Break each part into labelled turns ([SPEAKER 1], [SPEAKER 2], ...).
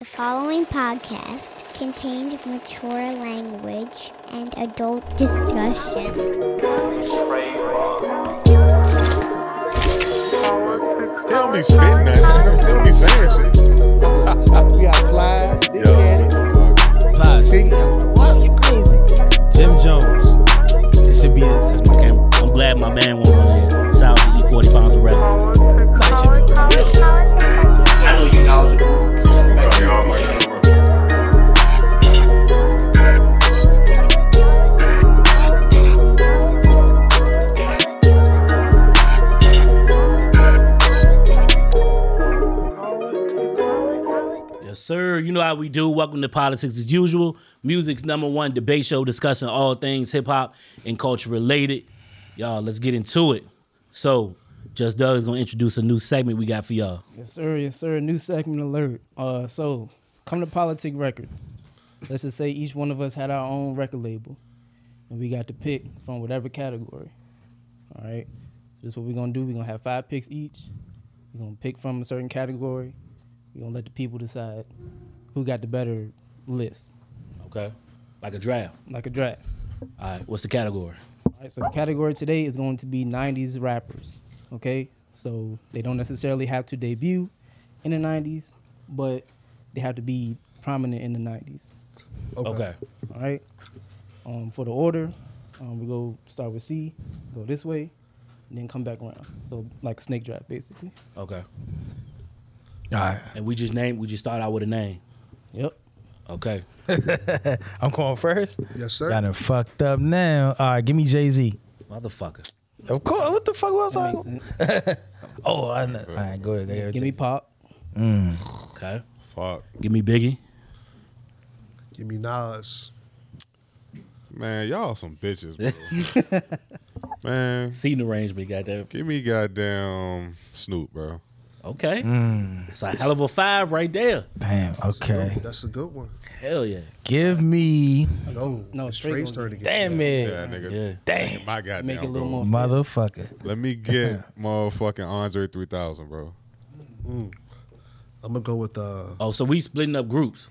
[SPEAKER 1] The following podcast contains mature language and adult discussion.
[SPEAKER 2] They don't be spitting nothing. They don't be saying shit.
[SPEAKER 3] We got flies, big daddy,
[SPEAKER 4] Plies,
[SPEAKER 3] piggy. What? You crazy?
[SPEAKER 4] Jim Jones. It should be that's my camera.
[SPEAKER 5] I'm glad my man went on there. Shout out to E40 Pounds of Rap.
[SPEAKER 6] I know you knowledgeable.
[SPEAKER 2] They all like, "Oh,
[SPEAKER 5] Yes, sir. You know how we do. Welcome to Politics as Usual, music's number one debate show discussing all things hip hop and culture related. Y'all, let's get into it. So, Just Doug is going to introduce a new segment we got for y'all.
[SPEAKER 7] Yes, sir. Yes, sir. New segment alert. Uh, so come to Politic Records. Let's just say each one of us had our own record label, and we got to pick from whatever category. All right. This is what we're gonna do. We're gonna have five picks each. We're gonna pick from a certain category. We're gonna let the people decide who got the better list,
[SPEAKER 5] Okay. Like a draft.
[SPEAKER 7] like a draft.
[SPEAKER 5] All right. What's the category?
[SPEAKER 7] All right, so the category today is going to be 90s rappers. Okay, so they don't necessarily have to debut in the 90s, but they have to be prominent in the 90s.
[SPEAKER 5] Okay.
[SPEAKER 7] All right, um, for the order, um, we go start with C, go this way, and then come back around. So, like snake draft, basically.
[SPEAKER 5] Okay.
[SPEAKER 4] All right,
[SPEAKER 5] And we just name, we just start out with a name.
[SPEAKER 7] Yep.
[SPEAKER 5] Okay.
[SPEAKER 4] I'm going first.
[SPEAKER 3] Yes,
[SPEAKER 4] Got
[SPEAKER 3] sir.
[SPEAKER 4] it fucked up now. All right, give me Jay Z.
[SPEAKER 5] Motherfucker.
[SPEAKER 4] Of course. What the fuck was
[SPEAKER 7] That
[SPEAKER 4] I?
[SPEAKER 7] makes sense.
[SPEAKER 4] Oh, I know. All right, go ahead. They
[SPEAKER 7] Give me
[SPEAKER 4] everything.
[SPEAKER 7] pop.
[SPEAKER 5] Okay.
[SPEAKER 2] Fuck.
[SPEAKER 5] Give me Biggie.
[SPEAKER 3] Give me Nas.
[SPEAKER 2] Man, y'all some bitches, bro. Man,
[SPEAKER 5] Seating arrangement, goddamn.
[SPEAKER 2] give me goddamn Snoop, bro.
[SPEAKER 5] Okay. It's a hell of a five right there.
[SPEAKER 4] Damn. Okay.
[SPEAKER 3] That's a good one.
[SPEAKER 5] Hell yeah.
[SPEAKER 4] Give me.
[SPEAKER 3] No,
[SPEAKER 7] No,
[SPEAKER 3] it's
[SPEAKER 7] straight
[SPEAKER 3] Trey's
[SPEAKER 7] on
[SPEAKER 3] turn to get.
[SPEAKER 4] Damn
[SPEAKER 2] Yeah,
[SPEAKER 4] it.
[SPEAKER 2] niggas.
[SPEAKER 5] Yeah.
[SPEAKER 4] Damn.
[SPEAKER 2] My
[SPEAKER 7] Make it a
[SPEAKER 2] goddamn
[SPEAKER 7] little
[SPEAKER 2] goal.
[SPEAKER 7] more.
[SPEAKER 4] Motherfucker.
[SPEAKER 2] Let me get motherfucking Andre 3000, bro.
[SPEAKER 3] I'm gonna go with uh.
[SPEAKER 5] Oh, so we splitting up groups.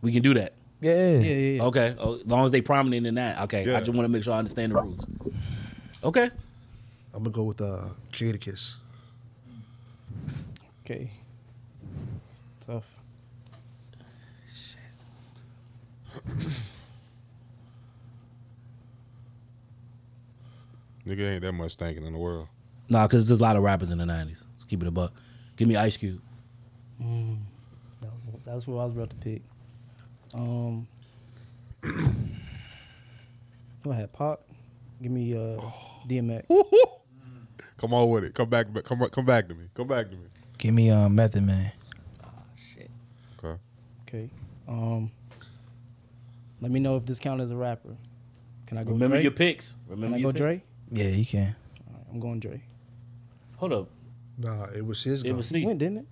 [SPEAKER 5] We can do that.
[SPEAKER 4] Yeah.
[SPEAKER 7] Yeah, yeah, yeah.
[SPEAKER 5] Okay. Oh, as long as they prominent in that. Okay.
[SPEAKER 2] Yeah.
[SPEAKER 5] I just want to make sure I understand the rules. Okay.
[SPEAKER 3] I'm gonna go with uh. Jadakiss.
[SPEAKER 7] Okay. It's tough.
[SPEAKER 2] Nigga ain't that much thinking in the world.
[SPEAKER 5] Nah, because there's a lot of rappers in the 90s. Let's keep it a buck. Give me Ice Cube.
[SPEAKER 7] That was, that was what I was about to pick. Um, go ahead, Pop. Give me uh, DMX.
[SPEAKER 2] Come on with it. Come back. Come come back to me. Come back to me.
[SPEAKER 4] Give me uh, Method Man.
[SPEAKER 2] Okay.
[SPEAKER 7] Okay. Um, let me know if this count as a rapper. Can I go?
[SPEAKER 5] Remember
[SPEAKER 7] Dre?
[SPEAKER 5] your picks.
[SPEAKER 7] Can
[SPEAKER 5] Remember
[SPEAKER 7] I
[SPEAKER 5] your
[SPEAKER 7] go
[SPEAKER 5] picks.
[SPEAKER 7] Dre?
[SPEAKER 4] Yeah, you can.
[SPEAKER 7] I'm going Dre.
[SPEAKER 5] Hold up.
[SPEAKER 3] Nah, it was his.
[SPEAKER 5] It
[SPEAKER 3] go.
[SPEAKER 5] was
[SPEAKER 7] He
[SPEAKER 5] C.
[SPEAKER 7] went, didn't it?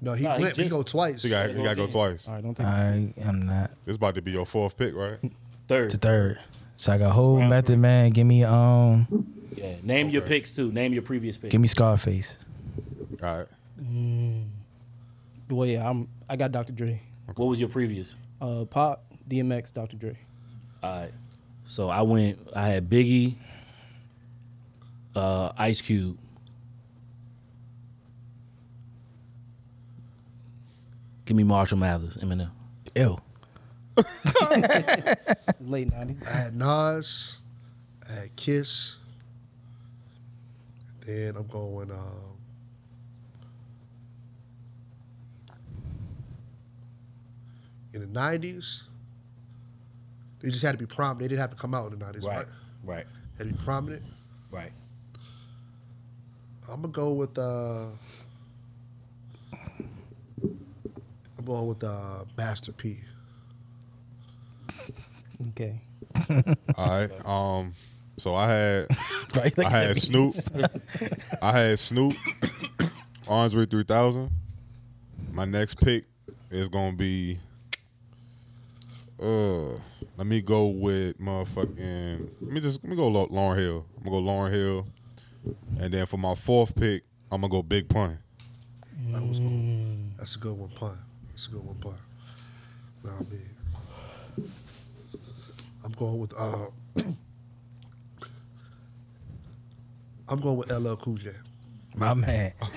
[SPEAKER 3] no, he
[SPEAKER 5] Nah, he
[SPEAKER 3] went. He,
[SPEAKER 5] just-
[SPEAKER 3] go twice.
[SPEAKER 2] She got you gotta go twice.
[SPEAKER 7] All right, don't take.
[SPEAKER 4] All right, I'm not.
[SPEAKER 2] This about to be your fourth pick, right?
[SPEAKER 4] The
[SPEAKER 5] Third.
[SPEAKER 4] third. So I got whole Method Man. Give me um.
[SPEAKER 5] Yeah. Name your picks too. Name your previous picks.
[SPEAKER 4] Give me Scarface.
[SPEAKER 2] All right.
[SPEAKER 7] Well, yeah, I'm. I got Dr. Dre.
[SPEAKER 5] What was your previous?
[SPEAKER 7] Uh, Pop, DMX, Dr. Dre.
[SPEAKER 5] All right. So I went. I had Biggie, uh, Ice Cube. Give me Marshall Mathers, Eminem.
[SPEAKER 4] Ew.
[SPEAKER 7] Late '90s.
[SPEAKER 3] I had Nas. I had Kiss. Then I'm going. Um, in the '90s, they just had to be prominent. They didn't have to come out in the '90s, right?
[SPEAKER 5] Right.
[SPEAKER 3] Had to be prominent.
[SPEAKER 5] Right.
[SPEAKER 3] I'm gonna go with. Uh, I'm going with uh, Master P.
[SPEAKER 7] Okay.
[SPEAKER 2] All right. Um. So I had
[SPEAKER 4] Right.
[SPEAKER 2] I had Snoop. I had Snoop. Andre 3000. My next pick is gonna be. Uh, let me go with motherfucking. Let me just let me go Lau- Lauren Hill. I'm gonna go Lauren Hill, and then for my fourth pick, I'm gonna go Big Pun.
[SPEAKER 3] That was good. That's a good one, pun. That's a good one, part. Nah, man. I'm going with uh, I'm going with LL Cool J.
[SPEAKER 4] My man.
[SPEAKER 7] Oh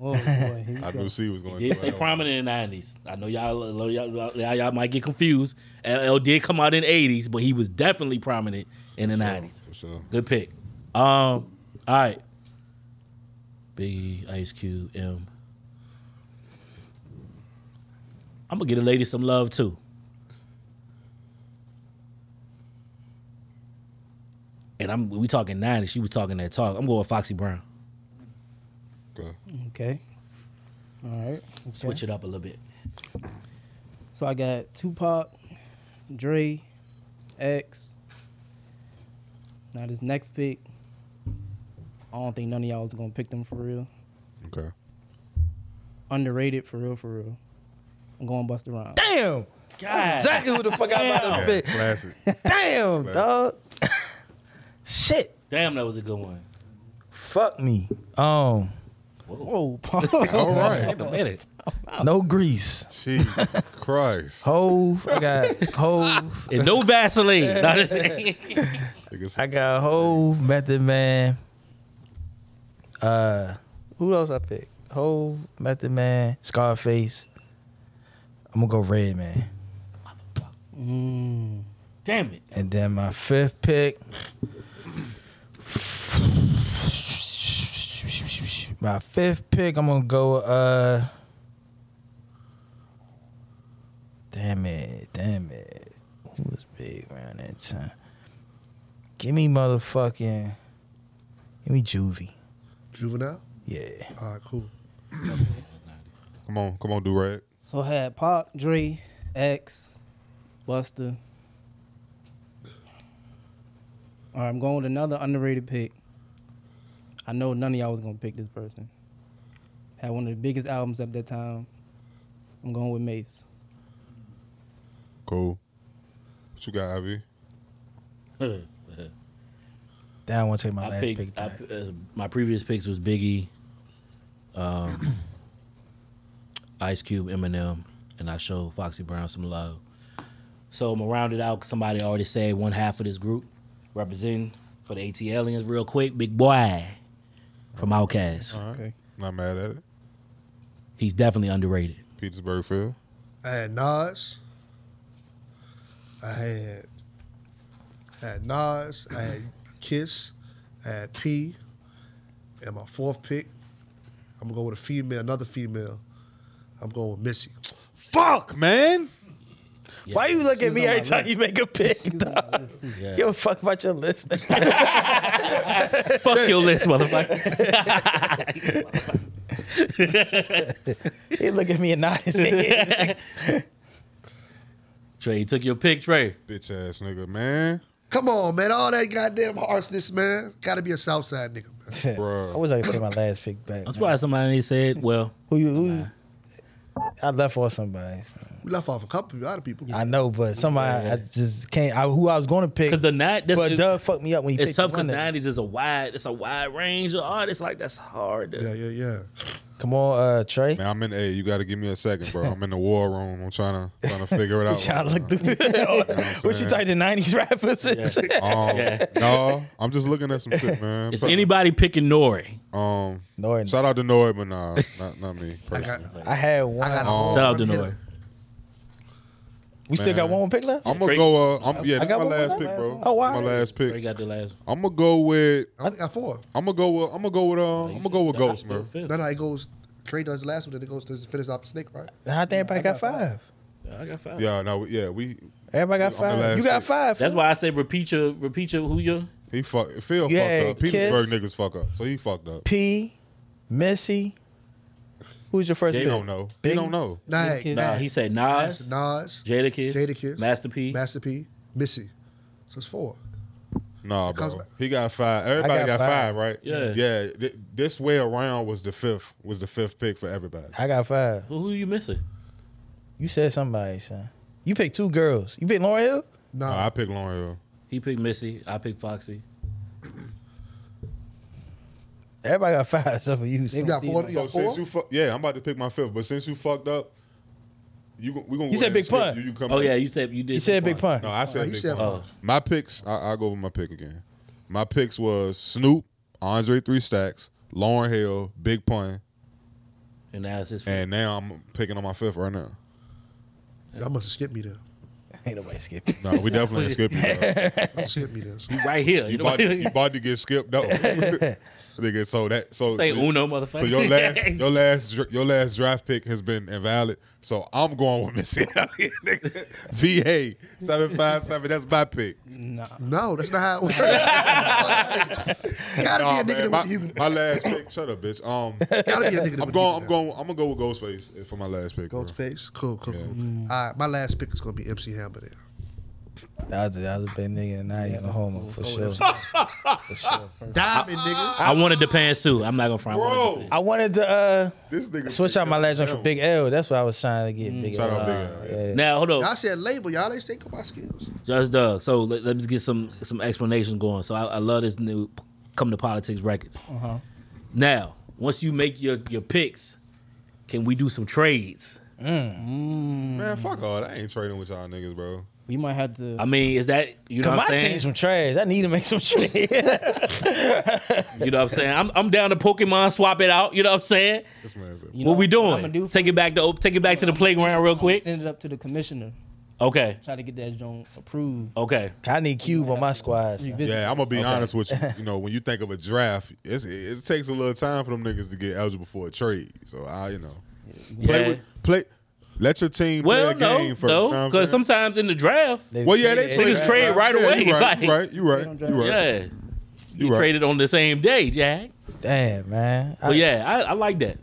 [SPEAKER 7] boy, here we
[SPEAKER 2] I
[SPEAKER 7] go.
[SPEAKER 2] knew C was going to do
[SPEAKER 5] Did say
[SPEAKER 2] that. one.
[SPEAKER 5] prominent in the 90s. I know y'all, y'all, y'all, y'all, y'all might get confused. LL did come out in the 80s, but he was definitely prominent in the 90s.
[SPEAKER 2] For sure.
[SPEAKER 5] Good pick. Um, all right. Biggie, Ice Cube, M. I'm gonna get a lady some love too. And I'm we talking 90s. She was talking that talk. I'm going with Foxy Brown.
[SPEAKER 2] Okay.
[SPEAKER 7] Okay. All right. Okay.
[SPEAKER 5] Switch it up a little bit.
[SPEAKER 7] So I got Tupac, Dre, X. Now this next pick, I don't think none of y'all was gonna pick them for real.
[SPEAKER 2] Okay.
[SPEAKER 7] Underrated for real, for real. I'm going Busta Rhymes.
[SPEAKER 4] Damn. Exactly who the fuck I about to pick.
[SPEAKER 2] Classic.
[SPEAKER 4] Damn, dog. Shit.
[SPEAKER 5] Damn, that was a good one.
[SPEAKER 4] Fuck me. Um,
[SPEAKER 7] Whoa, Paul.
[SPEAKER 2] All right.
[SPEAKER 4] minute. No grease.
[SPEAKER 2] Jesus Christ.
[SPEAKER 4] Hove. I got Hove.
[SPEAKER 5] And no Vaseline. Not a-
[SPEAKER 2] Niggas-
[SPEAKER 4] I got Hove, Method Man. Uh, who else I pick? Hove, Method Man, Scarface. I'm gonna go Red Man,
[SPEAKER 5] Damn it.
[SPEAKER 4] and then my fifth pick. My fifth pick, I'm gonna go. Uh, damn it, damn it. Who was big around that time? Give me motherfucking. Give me Juvie.
[SPEAKER 3] Juvenile.
[SPEAKER 4] Yeah.
[SPEAKER 3] All right, cool.
[SPEAKER 2] Come on. Come on, do rag.
[SPEAKER 7] so I had Pac, Dre, X, Busta. All right, I'm going with another underrated pick. I know none of y'all was gonna pick this person. Had one of the biggest albums at that time. I'm going with Mace.
[SPEAKER 2] Cool. What you got, Ivy?
[SPEAKER 4] Then I want to take my
[SPEAKER 5] I
[SPEAKER 4] last
[SPEAKER 5] picked,
[SPEAKER 4] pick
[SPEAKER 5] I,
[SPEAKER 4] back.
[SPEAKER 5] uh, my previous picks was Biggie, um, Ice Cube, Eminem, and I showed Foxy Brown some love. So I'm gonna round it out. 'cause Somebody already said one half of this group representing for the AT aliens real quick. Big boy from Outkast.
[SPEAKER 7] Okay.
[SPEAKER 2] Not mad at it.
[SPEAKER 5] He's definitely underrated.
[SPEAKER 2] Petersburg Phil.
[SPEAKER 3] I had Nas. I had I had Nas. I had Kiss. I had P. And my fourth pick, I'm gonna go with a female, another female. I'm going with Missy.
[SPEAKER 2] Fuck, man.
[SPEAKER 4] Why you look at me
[SPEAKER 7] on
[SPEAKER 4] every
[SPEAKER 7] my
[SPEAKER 4] time you make a pick? dog?
[SPEAKER 5] Yeah.
[SPEAKER 4] Give a fuck about your list.
[SPEAKER 5] Fuck your list, motherfucker.
[SPEAKER 4] he look at me and nod his head.
[SPEAKER 5] Trey, you took your pick, Trey.
[SPEAKER 2] Bitch ass nigga, man.
[SPEAKER 3] Come on, man. All that goddamn harshness, man. Gotta be a Southside nigga, man.
[SPEAKER 4] I wish I could take my last pick back.
[SPEAKER 5] I'm
[SPEAKER 4] man.
[SPEAKER 5] surprised somebody said, well,
[SPEAKER 4] Who you? Who, I left off somebody.
[SPEAKER 3] We left off a couple of other people.
[SPEAKER 4] I know, but somebody I just can't. I, who I was going to pick?
[SPEAKER 5] because the night, that's,
[SPEAKER 4] but
[SPEAKER 5] it-
[SPEAKER 4] Doug fucked me up when he
[SPEAKER 5] it's
[SPEAKER 4] picked
[SPEAKER 5] tough because
[SPEAKER 4] one of them.
[SPEAKER 5] nineties is a wide, it's a wide range of artists. Like that's hard. To,
[SPEAKER 3] Yeah, yeah, yeah.
[SPEAKER 4] Come on, uh, Trey.
[SPEAKER 2] Man, I'm in. Hey, you got to give me a second, bro. I'm in the war room. I'm trying to trying to figure it out.
[SPEAKER 4] Trying to
[SPEAKER 2] right
[SPEAKER 4] look
[SPEAKER 2] now.
[SPEAKER 4] through. what you
[SPEAKER 2] saying?
[SPEAKER 4] typed in '90s rappers? and shit?
[SPEAKER 2] Um, No, I'm just looking at some shit, man.
[SPEAKER 5] Is
[SPEAKER 2] Fuck.
[SPEAKER 5] anybody picking Nori?
[SPEAKER 2] Um,
[SPEAKER 4] Norton.
[SPEAKER 2] shout out to Noid, but nah, not not me.
[SPEAKER 3] I
[SPEAKER 2] personally.
[SPEAKER 3] got,
[SPEAKER 4] I had one.
[SPEAKER 3] I got a
[SPEAKER 2] Oh.
[SPEAKER 3] whole
[SPEAKER 5] Shout out to
[SPEAKER 3] hitter.
[SPEAKER 5] Nori.
[SPEAKER 4] we still got
[SPEAKER 2] man.
[SPEAKER 4] one more pick left.
[SPEAKER 2] I'm
[SPEAKER 5] Drake-
[SPEAKER 2] gonna go. Uh, I'm, yeah,
[SPEAKER 4] I
[SPEAKER 2] that's
[SPEAKER 4] got
[SPEAKER 2] my
[SPEAKER 4] one more
[SPEAKER 2] last
[SPEAKER 4] left.
[SPEAKER 2] pick, bro.
[SPEAKER 4] Oh, wow.
[SPEAKER 2] That's my last
[SPEAKER 5] Trey
[SPEAKER 2] pick.
[SPEAKER 5] got the last.
[SPEAKER 2] I'm gonna go with.
[SPEAKER 3] I only got four.
[SPEAKER 2] I'm gonna go with. I'm gonna go with. Uh, I'm gonna go with Ghost, man.
[SPEAKER 3] Then I goes, Trey does the last one, then it goes to finish off the snake, right?
[SPEAKER 4] I think everybody got five.
[SPEAKER 5] I got five.
[SPEAKER 2] Yeah, no, yeah, we.
[SPEAKER 4] Everybody got
[SPEAKER 2] I'm the
[SPEAKER 4] five.
[SPEAKER 2] last
[SPEAKER 4] You got
[SPEAKER 2] pick.
[SPEAKER 4] five.
[SPEAKER 5] That's why I say repeat your, repeat your who you.
[SPEAKER 2] He fuck. Phil
[SPEAKER 4] Yeah,
[SPEAKER 2] fucked up. Petersburg
[SPEAKER 4] Kiss.
[SPEAKER 2] niggas fuck up. So he fucked up.
[SPEAKER 4] P, Missy. Who's your first
[SPEAKER 2] They
[SPEAKER 4] pick?
[SPEAKER 2] don't know. They
[SPEAKER 4] Big-
[SPEAKER 2] don't know.
[SPEAKER 3] Nah,
[SPEAKER 7] Big Kid.
[SPEAKER 3] nah,
[SPEAKER 5] Nah, he said Nas,
[SPEAKER 3] Nas,
[SPEAKER 5] Jada Kiss,
[SPEAKER 3] Jadakiss,
[SPEAKER 5] Master P.
[SPEAKER 3] Master P, Missy. So it's four.
[SPEAKER 2] Nah,
[SPEAKER 3] comes
[SPEAKER 2] bro.
[SPEAKER 3] back.
[SPEAKER 2] He got five. Everybody got,
[SPEAKER 4] got five.
[SPEAKER 2] five. right?
[SPEAKER 5] Yeah.
[SPEAKER 2] Yeah. th- this way around was the fifth. Was the fifth pick for everybody.
[SPEAKER 4] I got five.
[SPEAKER 5] who, who you missing?
[SPEAKER 4] You said somebody, son. You picked two girls. You picked Lauren Hill?
[SPEAKER 3] Nah,
[SPEAKER 2] Nah, Oh, I picked Lauren Hill.
[SPEAKER 5] He picked Missy. I picked Foxy.
[SPEAKER 4] Everybody got five except for you.
[SPEAKER 7] They
[SPEAKER 4] son.
[SPEAKER 3] got
[SPEAKER 7] see
[SPEAKER 3] four-
[SPEAKER 7] it.
[SPEAKER 3] you
[SPEAKER 2] So
[SPEAKER 3] got
[SPEAKER 2] since
[SPEAKER 3] four?
[SPEAKER 2] you fuck, yeah, I'm about to pick my fifth. But since you fucked up, you go- we gonna.
[SPEAKER 4] You
[SPEAKER 2] go ahead and
[SPEAKER 4] said Big
[SPEAKER 2] skip.
[SPEAKER 4] Pun.
[SPEAKER 2] You, you come
[SPEAKER 5] Oh
[SPEAKER 2] back.
[SPEAKER 5] yeah, you said you did.
[SPEAKER 4] You said
[SPEAKER 5] say
[SPEAKER 4] big pun.
[SPEAKER 2] No, I said
[SPEAKER 3] he
[SPEAKER 2] Big
[SPEAKER 3] Oh, said
[SPEAKER 2] Pun.
[SPEAKER 5] Pun.
[SPEAKER 2] My picks. I, I'll go over my pick again. My picks was Snoop, Andre Three Stacks, Lauren Hill, Big Pun,
[SPEAKER 5] And now it's his.
[SPEAKER 2] and now I'm picking on my fifth right now.
[SPEAKER 3] Y'all must have skipped me there.
[SPEAKER 4] Ain't nobody skipping.
[SPEAKER 2] No, we definitely skip you. Bro.
[SPEAKER 3] Don't skip me there. son.
[SPEAKER 5] right here.
[SPEAKER 2] You about, you about to get skipped though. Nigga, so that so
[SPEAKER 5] Say Uno, motherfucker.
[SPEAKER 2] So your last your last dr- your last draft pick has been invalid. So I'm going with Missy Elliott, nigga. VA seven five seven. That's my pick.
[SPEAKER 7] Nah.
[SPEAKER 3] No, that's not how it works. gotta
[SPEAKER 2] Nah,
[SPEAKER 3] be a
[SPEAKER 2] man,
[SPEAKER 3] nigga that
[SPEAKER 2] my,
[SPEAKER 3] with you.
[SPEAKER 2] my last pick. Shut up, bitch. Um,
[SPEAKER 3] Gotta be a nigga that
[SPEAKER 2] I'm
[SPEAKER 3] with
[SPEAKER 2] going.
[SPEAKER 3] you.
[SPEAKER 2] I'm going. I'm gonna go with Ghostface for my last pick. bro.
[SPEAKER 3] Ghostface. Cool, cool, cool. All right, my last pick is gonna be MC Hammer there.
[SPEAKER 4] I was, I was a big nigga and now he's a homo for sure.
[SPEAKER 3] Diamond nigga.
[SPEAKER 5] I wanted the pants too. I'm not gonna front. I wanted
[SPEAKER 2] Bro,
[SPEAKER 5] the pants.
[SPEAKER 4] I wanted to uh,
[SPEAKER 2] this nigga
[SPEAKER 4] switch out my last one for Big L. That's what I was trying to get. Big
[SPEAKER 2] Shout
[SPEAKER 4] L.
[SPEAKER 2] out Big
[SPEAKER 4] Uh,
[SPEAKER 2] L, yeah.
[SPEAKER 4] yeah.
[SPEAKER 5] Now hold on,
[SPEAKER 3] I said label, y'all. They think about skills.
[SPEAKER 5] Judge Doug. So let, let me get some some explanation going. So I, I love this new p- come to politics records. Now, once you make your your picks, can we do some trades?
[SPEAKER 2] man. Fuck all. that. I ain't trading with y'all niggas, bro.
[SPEAKER 7] We might have to.
[SPEAKER 5] I mean, is that you know
[SPEAKER 4] Come
[SPEAKER 5] what
[SPEAKER 4] on,
[SPEAKER 5] I'm
[SPEAKER 4] team
[SPEAKER 5] saying?
[SPEAKER 4] some trash. I need to make some trades.
[SPEAKER 5] You know what I'm saying? I'm I'm down to Pokemon swap it out. You know what I'm saying?
[SPEAKER 2] This man said.
[SPEAKER 7] you know
[SPEAKER 5] What we
[SPEAKER 7] I'ma
[SPEAKER 5] doing?
[SPEAKER 7] do
[SPEAKER 5] take it back to take it back to the playground real quick.
[SPEAKER 7] Send it up to the commissioner.
[SPEAKER 5] Okay,
[SPEAKER 7] Try to get that joint approved.
[SPEAKER 5] okay.
[SPEAKER 4] I need Cube on my squad. son.
[SPEAKER 7] Revisit.
[SPEAKER 2] Yeah, I'm gonna be honest with you. You know, when you think of a draft, it's, it, it takes a little time for them niggas to get eligible for a trade. So I, you know, play
[SPEAKER 5] Yeah.
[SPEAKER 2] with play. Let your team
[SPEAKER 5] Well,
[SPEAKER 2] play a
[SPEAKER 5] no,
[SPEAKER 2] game first. you know what
[SPEAKER 5] no,
[SPEAKER 2] I'm
[SPEAKER 5] because
[SPEAKER 2] saying?
[SPEAKER 5] sometimes in the draft,
[SPEAKER 4] They
[SPEAKER 2] Well, yeah, they
[SPEAKER 4] traded.
[SPEAKER 5] Niggas trade right
[SPEAKER 2] Yeah,
[SPEAKER 5] away,
[SPEAKER 2] You right?
[SPEAKER 5] like-
[SPEAKER 2] You right? You right?
[SPEAKER 7] They
[SPEAKER 2] You right?
[SPEAKER 5] yeah,
[SPEAKER 2] You
[SPEAKER 5] you
[SPEAKER 2] right.
[SPEAKER 5] traded on the same day, Jack.
[SPEAKER 4] Damn, man. I-
[SPEAKER 5] But yeah, I, I like that.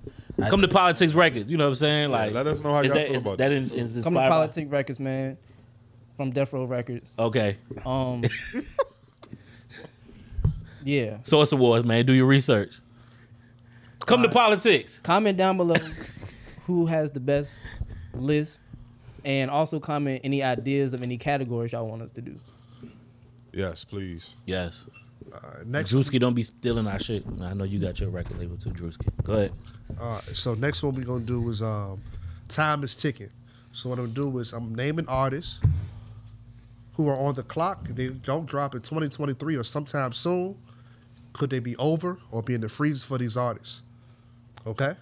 [SPEAKER 5] Come to politics records, you know what I'm saying? Like,
[SPEAKER 2] let us know how
[SPEAKER 5] is
[SPEAKER 2] y'all
[SPEAKER 5] that,
[SPEAKER 2] feel
[SPEAKER 5] is
[SPEAKER 2] about
[SPEAKER 5] that.
[SPEAKER 2] that.
[SPEAKER 5] in- is
[SPEAKER 7] Come to
[SPEAKER 5] inspired by-
[SPEAKER 7] Politic Records, man. From Death Row Records.
[SPEAKER 5] Okay,
[SPEAKER 7] Um. yeah.
[SPEAKER 5] Source Awards, man. Do your research. Come to politics.
[SPEAKER 7] Comment down below who has the best list, and also comment any ideas of any categories y'all want us to do.
[SPEAKER 2] Yes, please.
[SPEAKER 5] Yes,
[SPEAKER 3] All right, next.
[SPEAKER 5] Drewski, don't be stealing our shit. I know you got your record label too, Drewski. Go ahead.
[SPEAKER 3] All right, Uh, so next one we're gonna do is um, time is ticking. So what I'm gonna do is I'm naming artists who are on the clock. If they don't drop in 2023 or sometime soon, could they be over or be in the freezer for these artists? Okay.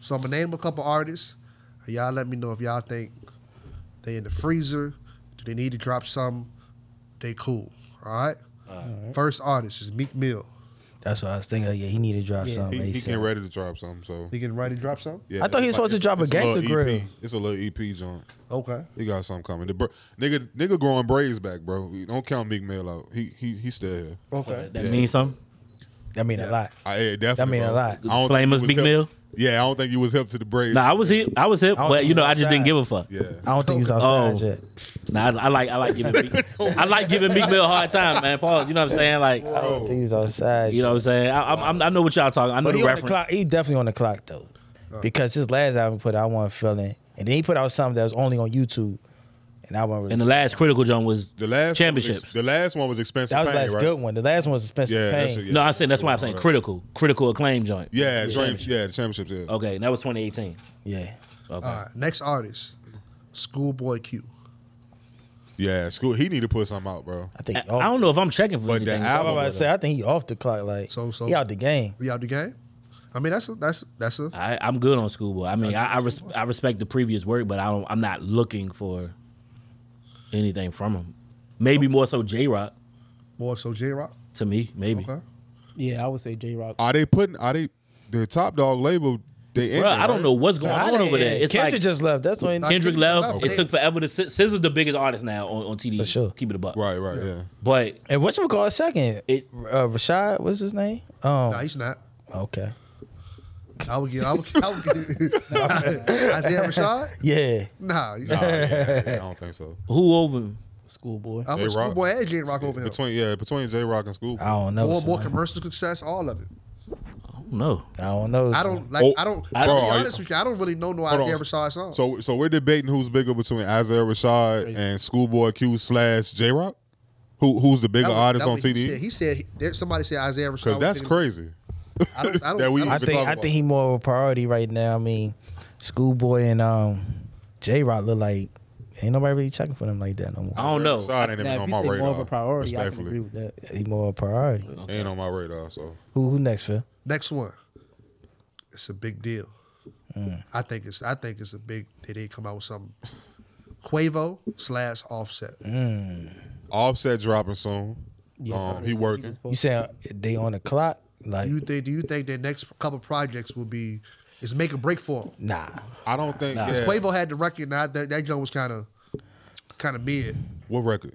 [SPEAKER 3] So I'm gonna name a couple artists. and Y'all let me know if y'all think they in the freezer. Do they need to drop some? They cool. All right. First artist is Meek Mill.
[SPEAKER 4] That's what I was thinking. Yeah, he need to drop
[SPEAKER 2] He,
[SPEAKER 4] something.
[SPEAKER 2] he
[SPEAKER 4] ASAP.
[SPEAKER 2] getting ready to drop something. So
[SPEAKER 3] He getting ready to drop something?
[SPEAKER 2] yeah,
[SPEAKER 4] I thought he
[SPEAKER 2] it's
[SPEAKER 4] was supposed to
[SPEAKER 2] it's-
[SPEAKER 4] drop a
[SPEAKER 2] it's little
[SPEAKER 4] Gangsta Grill.
[SPEAKER 2] EP. It's a little EP joint.
[SPEAKER 3] Okay.
[SPEAKER 2] He got something coming. The br- nigga, nigga growing braids back, bro. Don't count Big Mail out. He he he still here.
[SPEAKER 3] Okay.
[SPEAKER 5] That means something.
[SPEAKER 4] That mean a lot.
[SPEAKER 2] I yeah, definitely.
[SPEAKER 4] mean a
[SPEAKER 2] bro.
[SPEAKER 4] lot.
[SPEAKER 2] I don't think
[SPEAKER 5] Flame
[SPEAKER 2] you
[SPEAKER 5] us
[SPEAKER 2] was
[SPEAKER 5] Big
[SPEAKER 2] hip-
[SPEAKER 5] Mill?
[SPEAKER 2] Yeah, I don't think you was hip to the braids.
[SPEAKER 5] Nah, I was hip. I was hip,
[SPEAKER 4] I don't
[SPEAKER 5] but you know, I just didn't
[SPEAKER 4] think
[SPEAKER 5] give a fuck.
[SPEAKER 2] Yeah.
[SPEAKER 4] I don't think he was
[SPEAKER 5] Oh.
[SPEAKER 4] outside yet.
[SPEAKER 5] Nah, I, I like I like giving Meek, I like giving Meek Mill a hard time, man. Pause. You know what I'm saying? Like,
[SPEAKER 4] I don't think he was outside.
[SPEAKER 5] you know what I'm saying? I, I'm- I'm, I know what y'all talking. I know
[SPEAKER 4] but
[SPEAKER 5] the
[SPEAKER 4] he on the
[SPEAKER 5] reference.
[SPEAKER 4] clock. He definitely on the clock though, because his last album put out one feeling, and then he put out something that was only on YouTube, and I
[SPEAKER 5] And
[SPEAKER 4] wasn't really.
[SPEAKER 5] the last critical jump was
[SPEAKER 2] The last one was
[SPEAKER 5] championships.
[SPEAKER 2] ex- the last one was expensive.
[SPEAKER 4] That was the
[SPEAKER 2] Pain,
[SPEAKER 4] last
[SPEAKER 2] right?
[SPEAKER 4] good one. The last one was Spencer
[SPEAKER 2] Yeah, that's
[SPEAKER 4] Payne.
[SPEAKER 2] it, yeah.
[SPEAKER 5] no, I said that's why I'm saying
[SPEAKER 2] Hold on.
[SPEAKER 5] critical, critical acclaim joint.
[SPEAKER 2] Yeah, yeah, yeah, the championships. Yeah.
[SPEAKER 5] Okay, and that was 2018.
[SPEAKER 4] Yeah.
[SPEAKER 5] Okay.
[SPEAKER 3] All right, next artist, Schoolboy Q.
[SPEAKER 2] Yeah, school. He need to put something out, bro.
[SPEAKER 4] I think.
[SPEAKER 5] I, I don't know if I'm checking for
[SPEAKER 2] But the
[SPEAKER 5] anything.
[SPEAKER 4] I
[SPEAKER 2] album-
[SPEAKER 4] was about to say. I think he off the clock. Like
[SPEAKER 3] So- so-
[SPEAKER 4] he out the game.
[SPEAKER 3] We out the game. I mean, that's a, that's that's a
[SPEAKER 5] I, I'm good on Schoolboy. I mean, I I, res- I respect the previous work, but I don't. I'm not looking for anything from him. Maybe more so J Rock
[SPEAKER 3] more so J Rock.
[SPEAKER 5] to me. Maybe.
[SPEAKER 3] Okay.
[SPEAKER 7] Yeah, I would say J Rock.
[SPEAKER 2] Are they putting? Are they the top dog label? They in
[SPEAKER 5] Bruh,
[SPEAKER 2] there,
[SPEAKER 5] I don't
[SPEAKER 2] right?
[SPEAKER 5] know what's going
[SPEAKER 4] I
[SPEAKER 5] on
[SPEAKER 4] didn't-
[SPEAKER 5] over there. It's
[SPEAKER 4] Kendrick
[SPEAKER 5] like
[SPEAKER 4] just left. That's the only.
[SPEAKER 5] Kendrick
[SPEAKER 3] Kendrick
[SPEAKER 5] left.
[SPEAKER 3] left.
[SPEAKER 5] It took forever to. S- SZA's the biggest artist now on, on TD.
[SPEAKER 4] For sure.
[SPEAKER 5] Keep it a buck.
[SPEAKER 2] Right, right, yeah.
[SPEAKER 5] But
[SPEAKER 4] And what you call second?
[SPEAKER 5] It-
[SPEAKER 4] uh, Rashad. What's his name? Um.
[SPEAKER 3] Nah, he's not.
[SPEAKER 4] Okay.
[SPEAKER 3] I would give. I would. I would give Isaiah Rashad.
[SPEAKER 4] Yeah.
[SPEAKER 3] Nah, you-
[SPEAKER 2] Nah, Oh, yeah, yeah, I don't think so.
[SPEAKER 5] who over him?
[SPEAKER 7] Schoolboy.
[SPEAKER 3] I
[SPEAKER 2] J-Rock.
[SPEAKER 3] put Schoolboy and J Rock over him.
[SPEAKER 2] Between yeah, between J Rock and School.
[SPEAKER 4] I don't know.
[SPEAKER 3] More more
[SPEAKER 4] son.
[SPEAKER 3] commercial success, all of it.
[SPEAKER 5] I don't know.
[SPEAKER 4] I don't know.
[SPEAKER 3] I
[SPEAKER 4] son.
[SPEAKER 3] don't like.
[SPEAKER 2] Oh,
[SPEAKER 3] I don't.
[SPEAKER 5] I
[SPEAKER 2] don't-
[SPEAKER 3] to be
[SPEAKER 2] Bro, are you-
[SPEAKER 3] honest with you, I don't really know no
[SPEAKER 2] Hold on.
[SPEAKER 3] Isaiah Rashad song.
[SPEAKER 2] So so we're debating who's bigger between Isaiah Rashad and Schoolboy Q slash J Rock. Who who's the bigger
[SPEAKER 3] That was-
[SPEAKER 2] artist
[SPEAKER 3] that
[SPEAKER 2] on
[SPEAKER 3] was- He said
[SPEAKER 2] TD?
[SPEAKER 3] he, said he there- somebody said Isaiah Rashad.
[SPEAKER 2] Because
[SPEAKER 3] was
[SPEAKER 2] that's
[SPEAKER 3] thinking-
[SPEAKER 2] crazy.
[SPEAKER 3] I don't, I don't,
[SPEAKER 2] That we-
[SPEAKER 3] I don't
[SPEAKER 4] I
[SPEAKER 2] Even
[SPEAKER 4] think
[SPEAKER 2] talk
[SPEAKER 4] I
[SPEAKER 2] about
[SPEAKER 4] think
[SPEAKER 2] it.
[SPEAKER 4] he more of a priority right now. I mean, Schoolboy and um, J Rod look like ain't nobody really checking for them like that no
[SPEAKER 5] I
[SPEAKER 4] more.
[SPEAKER 5] don't know.
[SPEAKER 2] Sorry, ain't even
[SPEAKER 7] Now, if
[SPEAKER 2] on
[SPEAKER 7] you
[SPEAKER 2] my
[SPEAKER 7] say
[SPEAKER 2] radar.
[SPEAKER 7] more
[SPEAKER 3] uh,
[SPEAKER 7] of a priority, I can
[SPEAKER 2] respectfully,
[SPEAKER 7] agree with that.
[SPEAKER 4] He more a priority.
[SPEAKER 2] ain't on my radar. So
[SPEAKER 4] Who who next, Phil?
[SPEAKER 3] Next one. It's a big deal. I think it's I think it's a big they did come out with something. Quavo slash offset.
[SPEAKER 2] Offset dropping soon. um, he working.
[SPEAKER 7] He's supposed
[SPEAKER 4] You saying they on the clock? Like
[SPEAKER 3] You think do you think their next couple projects will be is make a break for 'em?
[SPEAKER 4] nah.
[SPEAKER 2] I don't think. yeah.
[SPEAKER 3] Quavo had to recognize that that young was kind of kind of mid.
[SPEAKER 2] What record?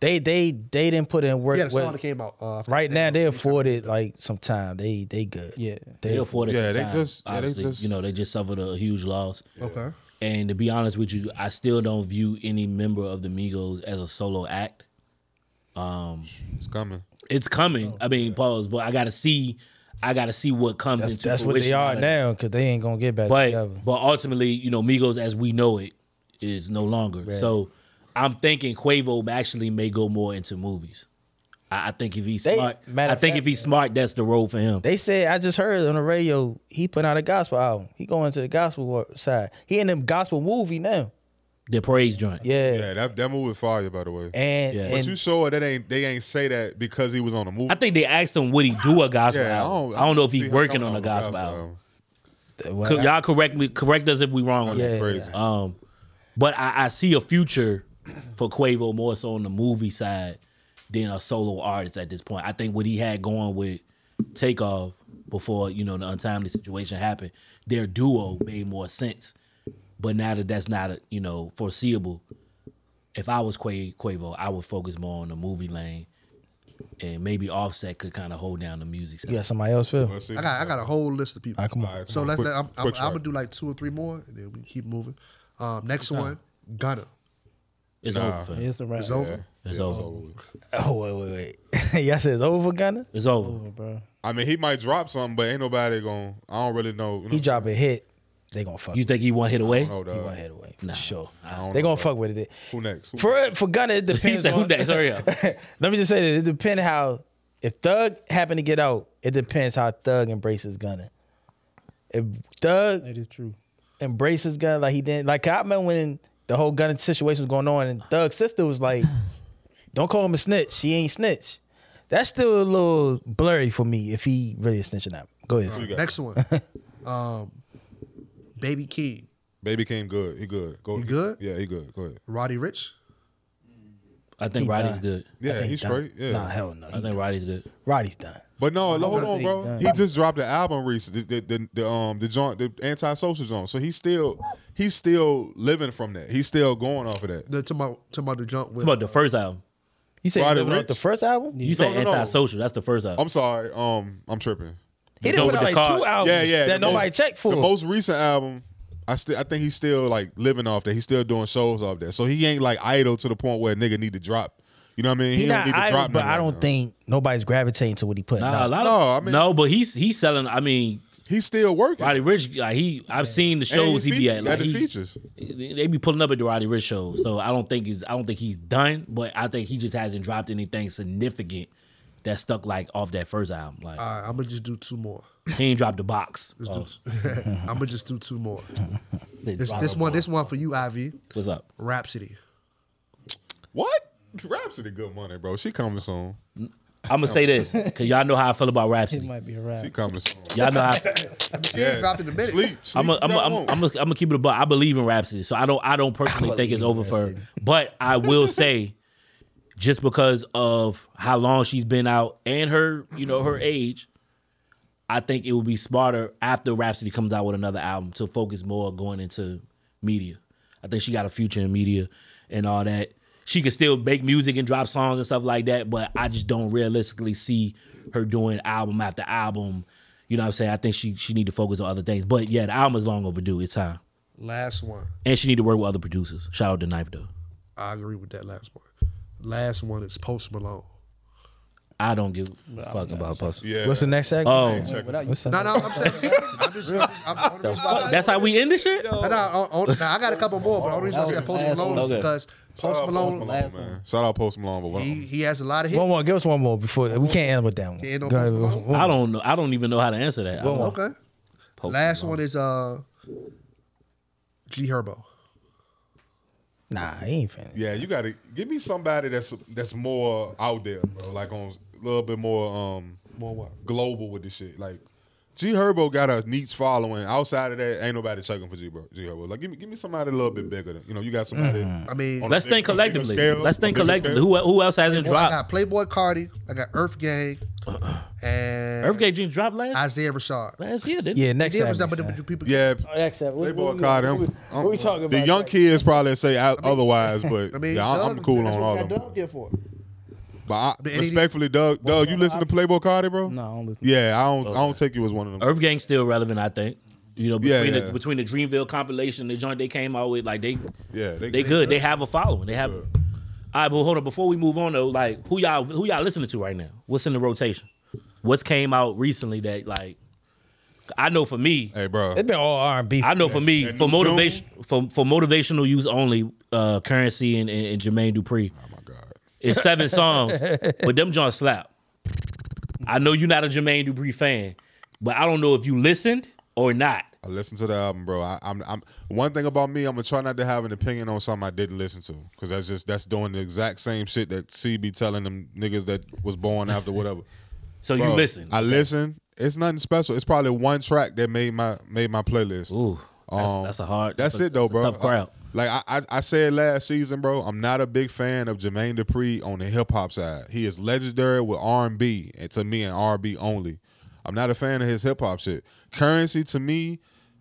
[SPEAKER 4] They they they didn't put in work.
[SPEAKER 3] Yeah, the
[SPEAKER 4] with-
[SPEAKER 3] song that came out. Uh,
[SPEAKER 4] right now they afforded like some time. They they good.
[SPEAKER 7] Yeah.
[SPEAKER 5] They
[SPEAKER 4] They
[SPEAKER 5] afforded
[SPEAKER 2] Yeah,
[SPEAKER 5] some
[SPEAKER 2] they
[SPEAKER 5] time,
[SPEAKER 2] just- yeah, they
[SPEAKER 5] obviously.
[SPEAKER 2] just-
[SPEAKER 5] you know they just suffered a huge loss.
[SPEAKER 3] Okay.
[SPEAKER 5] And to be honest with you, I still don't view any member of the Migos as a solo act.
[SPEAKER 2] It's coming.
[SPEAKER 5] It's coming. I mean, pause, but I gotta see, I gotta see what comes
[SPEAKER 4] that's,
[SPEAKER 5] into
[SPEAKER 4] that's what they
[SPEAKER 5] fruition out
[SPEAKER 4] are
[SPEAKER 5] of that.
[SPEAKER 4] now because they ain't gonna get back
[SPEAKER 5] But
[SPEAKER 4] together.
[SPEAKER 5] but ultimately, you know, Migos as we know it is no longer. So I'm thinking Quavo actually may go more into movies. I, I think if he's
[SPEAKER 4] They-
[SPEAKER 5] smart,
[SPEAKER 4] matter
[SPEAKER 5] I
[SPEAKER 4] of
[SPEAKER 5] think
[SPEAKER 4] fact,
[SPEAKER 5] if he's smart, that's the road for him.
[SPEAKER 4] They said I just heard on the radio he put out a gospel album. He going to the gospel wor- side. He in them gospel movie now.
[SPEAKER 5] the praise joint.
[SPEAKER 4] Yeah.
[SPEAKER 2] Yeah, that that movie fire by the way.
[SPEAKER 4] And,
[SPEAKER 5] Yeah. But
[SPEAKER 2] but
[SPEAKER 4] and
[SPEAKER 2] you sure that ain't they ain't say that because he was on a movie?
[SPEAKER 5] I think they asked him would he do a gospel
[SPEAKER 2] yeah,
[SPEAKER 5] album. I don't, know if
[SPEAKER 2] see
[SPEAKER 5] he's
[SPEAKER 2] him
[SPEAKER 5] working
[SPEAKER 2] coming out
[SPEAKER 5] on a
[SPEAKER 2] with
[SPEAKER 5] gospel album.
[SPEAKER 4] well,
[SPEAKER 5] Co- Y'all correct me, correct us if we wrong on
[SPEAKER 4] Yeah.
[SPEAKER 5] that.
[SPEAKER 2] Crazy.
[SPEAKER 5] Um, but I, I see a future for Quavo more so on the movie side than a solo artist at this point. I think what he had going with Takeoff before you know the untimely situation happened, their duo made more sense. But now that that's not you know foreseeable, if I was Qua- Quavo, I would focus more on the movie lane, and maybe Offset could kind of hold down the music side.
[SPEAKER 4] you got somebody else feel.
[SPEAKER 2] Let's see.
[SPEAKER 3] I got I got a whole list of people.
[SPEAKER 4] Ah, come on.
[SPEAKER 3] So let's
[SPEAKER 2] Quick-
[SPEAKER 3] let, I'm, I'm,
[SPEAKER 2] quick
[SPEAKER 3] I'm gonna
[SPEAKER 2] shot.
[SPEAKER 3] do like two or three more, and then we keep moving. Um, next one, Gunna.
[SPEAKER 5] It's
[SPEAKER 2] Nah.
[SPEAKER 5] over. For
[SPEAKER 7] to-
[SPEAKER 5] him.
[SPEAKER 7] It's a wrap.
[SPEAKER 3] It's over.
[SPEAKER 5] It's over.
[SPEAKER 4] Oh wait, wait, wait. Y'all said it's over, Gunna.
[SPEAKER 5] It's over.
[SPEAKER 7] over, bro.
[SPEAKER 2] I mean, he might drop something, but ain't nobody going. to I don't really know. You know
[SPEAKER 4] He drop a hit, they gonna fuck.
[SPEAKER 5] You
[SPEAKER 4] You
[SPEAKER 5] think he one hit away?
[SPEAKER 2] know,
[SPEAKER 4] he
[SPEAKER 2] dawg.
[SPEAKER 4] gonna head away for sure.
[SPEAKER 2] don't
[SPEAKER 4] They
[SPEAKER 2] know, bro.
[SPEAKER 4] gonna fuck with it.
[SPEAKER 2] Who next? Who
[SPEAKER 4] For for Gunna, it
[SPEAKER 5] He
[SPEAKER 4] depends
[SPEAKER 5] said, "Who
[SPEAKER 4] on.
[SPEAKER 5] next? Hurry up."
[SPEAKER 4] Let me just say that it depends how. If Thug happened to get out, it depends how Thug embraces Gunna. If Thug
[SPEAKER 7] That is true.
[SPEAKER 4] embraces Gunna like he didn't. Like I remember when the whole Gunna situation was going on, and Thug's sister was like, "Don't call him a snitch. He ain't snitch." That's still a little blurry for me if he really a snitch or not. Go ahead.
[SPEAKER 2] you got?
[SPEAKER 3] Next one, um, Baby King,
[SPEAKER 2] Baby came good. He good. Go.
[SPEAKER 3] He good?
[SPEAKER 2] Yeah, he good. Go ahead.
[SPEAKER 3] Roddy Rich.
[SPEAKER 5] I think
[SPEAKER 4] He
[SPEAKER 5] Roddy's
[SPEAKER 4] done.
[SPEAKER 5] good.
[SPEAKER 4] I
[SPEAKER 2] Yeah,
[SPEAKER 4] think
[SPEAKER 2] he's
[SPEAKER 4] done.
[SPEAKER 2] straight. Yeah.
[SPEAKER 4] Nah, hell no.
[SPEAKER 5] I
[SPEAKER 4] He
[SPEAKER 5] think
[SPEAKER 4] done.
[SPEAKER 5] Roddy's good.
[SPEAKER 4] Roddy's done.
[SPEAKER 2] But no, hold
[SPEAKER 7] gonna
[SPEAKER 2] on,
[SPEAKER 7] say he
[SPEAKER 2] bro.
[SPEAKER 7] done.
[SPEAKER 2] He just dropped the album recently, the the, the um the joint, the antisocial joint. So he's still he's still living from that. He's still going off of that.
[SPEAKER 3] The to my to my the jump with
[SPEAKER 5] What about the first album?
[SPEAKER 4] You said
[SPEAKER 2] Roddy
[SPEAKER 4] he living off
[SPEAKER 2] Rich?
[SPEAKER 4] the first album?
[SPEAKER 5] You said
[SPEAKER 2] no, no.
[SPEAKER 5] antisocial. That's the first album.
[SPEAKER 2] I'm sorry. Um, I'm tripping.
[SPEAKER 4] He
[SPEAKER 5] Go
[SPEAKER 4] didn't put
[SPEAKER 5] with
[SPEAKER 4] out
[SPEAKER 5] the
[SPEAKER 4] like
[SPEAKER 5] card.
[SPEAKER 4] two albums
[SPEAKER 2] Yeah, yeah.
[SPEAKER 4] that
[SPEAKER 2] the
[SPEAKER 4] nobody
[SPEAKER 2] most-
[SPEAKER 4] checked for.
[SPEAKER 2] The most recent album, I still I think he's still like living off that. He's still doing shows off that. So he ain't like idle to the point where a nigga need to drop. You know what I mean?
[SPEAKER 4] he
[SPEAKER 2] don't
[SPEAKER 4] not
[SPEAKER 2] need to
[SPEAKER 4] idle, but
[SPEAKER 2] nothing
[SPEAKER 4] I
[SPEAKER 2] right
[SPEAKER 4] don't
[SPEAKER 2] now.
[SPEAKER 4] think nobody's gravitating to what he put
[SPEAKER 5] Nah, a
[SPEAKER 4] out.
[SPEAKER 5] lot
[SPEAKER 2] No,
[SPEAKER 5] of,
[SPEAKER 2] I mean-
[SPEAKER 5] no, but he's he's selling. I mean,
[SPEAKER 2] he's still working.
[SPEAKER 5] Roddy Rich, like he, I've seen the
[SPEAKER 2] And
[SPEAKER 5] shows he, be
[SPEAKER 2] featured-
[SPEAKER 5] at.
[SPEAKER 2] got
[SPEAKER 5] Like
[SPEAKER 2] the
[SPEAKER 5] he-
[SPEAKER 2] features.
[SPEAKER 5] they be pulling up at the Roddy Rich shows. So I don't think he's, I don't think he's done. But I think he just hasn't dropped anything significant that stuck like off that first album. Like
[SPEAKER 2] Uh,
[SPEAKER 3] All right, I'm gonna just do two more.
[SPEAKER 5] he ain't dropped the box.
[SPEAKER 3] Let's
[SPEAKER 5] Oh,
[SPEAKER 3] do two. I'm gonna just do two more.
[SPEAKER 5] said
[SPEAKER 3] This
[SPEAKER 5] drop
[SPEAKER 3] this
[SPEAKER 5] the
[SPEAKER 3] one
[SPEAKER 5] box.
[SPEAKER 3] this one for you, Ivy.
[SPEAKER 5] What's up?
[SPEAKER 3] Rhapsody.
[SPEAKER 2] What? Rhapsody good money, bro. She coming soon.
[SPEAKER 5] I'm gonna say this because y'all know how I feel about
[SPEAKER 7] It
[SPEAKER 5] Rhapsody.
[SPEAKER 7] might be a wrap.
[SPEAKER 2] She coming soon.
[SPEAKER 5] Y'all know how. I,
[SPEAKER 3] She ain't dropped in a minute.
[SPEAKER 2] Sleep. sleep
[SPEAKER 5] I'm a, I'm a,
[SPEAKER 2] that
[SPEAKER 5] I'm,
[SPEAKER 2] won't.
[SPEAKER 5] I'm gonna I'm gonna keep it a buck. I believe in Rhapsody, so I don't I don't personally think it's over for her. But I will say, just because of how long she's been out and her you know her age, I think it would be smarter after Rhapsody comes out with another album to focus more going into media. I think she got a future in media and all that. She could still make music and drop songs and stuff like that, but I just don't realistically see her doing album after album. You know what I'm saying? I think she she need to focus on other things. But yeah, the album is long overdue. It's time.
[SPEAKER 3] Last one.
[SPEAKER 5] And she need to work with other producers. Shout out to Knife though.
[SPEAKER 3] I agree with that last one. Last one is Post Malone.
[SPEAKER 5] I don't give a fuck about Pussy.
[SPEAKER 2] yeah.
[SPEAKER 4] What's the next segment?
[SPEAKER 5] Oh,
[SPEAKER 7] Without you,
[SPEAKER 4] What's the
[SPEAKER 3] No, no, I'm saying. I'm just. I'm just I'm, I'm, I'm,
[SPEAKER 5] that's how we end this shit.
[SPEAKER 3] No, no, on, on, now I got a couple more, but the only reason I said
[SPEAKER 7] was
[SPEAKER 3] Post
[SPEAKER 7] the last
[SPEAKER 3] Malone
[SPEAKER 5] one.
[SPEAKER 3] is because Post Malone,
[SPEAKER 7] Last
[SPEAKER 2] man.
[SPEAKER 7] one.
[SPEAKER 2] Shout out Post Malone, but what
[SPEAKER 3] he he has a lot of hits.
[SPEAKER 4] One more. Give us one more before we can't end with that one.
[SPEAKER 3] Yeah, no
[SPEAKER 4] Go ahead,
[SPEAKER 3] post-
[SPEAKER 4] one more.
[SPEAKER 5] I don't know. I don't even know how to answer that. I
[SPEAKER 4] Well,
[SPEAKER 5] don't-
[SPEAKER 3] Okay.
[SPEAKER 5] Post
[SPEAKER 3] Last
[SPEAKER 5] Malone.
[SPEAKER 3] one is uh, G Herbo.
[SPEAKER 4] Nah, he ain't finished.
[SPEAKER 2] Yeah, you gotta give me somebody that's that's more out there, bro. Like on a little bit more um
[SPEAKER 3] More what?
[SPEAKER 2] global with this shit. Like G Herbo got a niche following. Outside of that, ain't nobody checking for G, Bro, G Herbo. Like give me give me somebody a little bit bigger than you know. You got somebody.
[SPEAKER 3] I mean,
[SPEAKER 2] on
[SPEAKER 5] Let's
[SPEAKER 2] a
[SPEAKER 5] think
[SPEAKER 2] big- a bigger
[SPEAKER 5] collectively.
[SPEAKER 2] scale,
[SPEAKER 5] Let's think
[SPEAKER 2] a bigger
[SPEAKER 5] collectively.
[SPEAKER 2] scale.
[SPEAKER 5] Who who else hasn't
[SPEAKER 3] well, I
[SPEAKER 5] dropped?
[SPEAKER 3] got Playboy Cardi. I got Earth Gang, and
[SPEAKER 5] Earth Gang just dropped last
[SPEAKER 3] Isaiah Rashad.
[SPEAKER 5] last year, didn't? it?
[SPEAKER 4] Yeah, next
[SPEAKER 3] Then was
[SPEAKER 4] time.
[SPEAKER 3] that, but the- the people.
[SPEAKER 2] Yeah.
[SPEAKER 5] Oh,
[SPEAKER 4] next time. What,
[SPEAKER 2] Playboy Cardi, I'm- I'm- Um, The young kids probably say out otherwise, but
[SPEAKER 3] I mean,
[SPEAKER 2] yeah, I'm, I'm
[SPEAKER 3] Doug-
[SPEAKER 2] cool
[SPEAKER 3] that's
[SPEAKER 2] on
[SPEAKER 3] what
[SPEAKER 2] all
[SPEAKER 3] we
[SPEAKER 2] of
[SPEAKER 3] got
[SPEAKER 2] them.
[SPEAKER 3] Doug E here for.
[SPEAKER 2] But I,
[SPEAKER 3] But any-
[SPEAKER 2] respectfully, Doug, Doug, you listen to Playboy Cardi, bro?
[SPEAKER 7] No, I don't listen.
[SPEAKER 2] Yeah, I don't. I don't take you as one of them.
[SPEAKER 5] Earth Gang's still relevant, I think. You know,
[SPEAKER 2] Yeah,
[SPEAKER 5] between,
[SPEAKER 2] yeah.
[SPEAKER 5] The, between the Dreamville compilation, the joint they came out with, like they
[SPEAKER 2] Yeah, they,
[SPEAKER 5] they good. They have a following. They have. All right, but hold on. Before we move on though, like who y'all who y'all listening to right now? What's in the rotation? What's came out recently that like? I know for me,
[SPEAKER 2] Hey, bro.
[SPEAKER 4] It's been all R and B.
[SPEAKER 5] I know for me,
[SPEAKER 2] And
[SPEAKER 5] for
[SPEAKER 2] New
[SPEAKER 5] motivation, for for motivational use only, uh, currency and, and, and Jermaine Dupri.
[SPEAKER 2] Oh my god.
[SPEAKER 5] It's seven songs, but them John slap. I know you're not a Jermaine Dupri fan, but I don't know if you listened or not.
[SPEAKER 2] I listened to the album, bro. I, I'm, I'm one thing about me. I'm gonna try not to have an opinion on something I didn't listen to, because that's just that's doing the exact same shit that C be telling them niggas that was born after whatever.
[SPEAKER 5] So you
[SPEAKER 2] Bro,
[SPEAKER 5] listened.
[SPEAKER 2] I listened. It's nothing special. It's probably one track that made my made my playlist.
[SPEAKER 5] Ooh, that's, that's a hard.
[SPEAKER 2] Um, That's, it though,
[SPEAKER 5] a
[SPEAKER 2] bro. Uh,
[SPEAKER 5] Tough crowd.
[SPEAKER 2] I- like I, I, I said last season, bro, I'm not a big fan of Jermaine Dupri on the hip hop side. He is legendary with R and B, and to me, and R and B only. I'm not a fan of his hip hop shit. Currency to me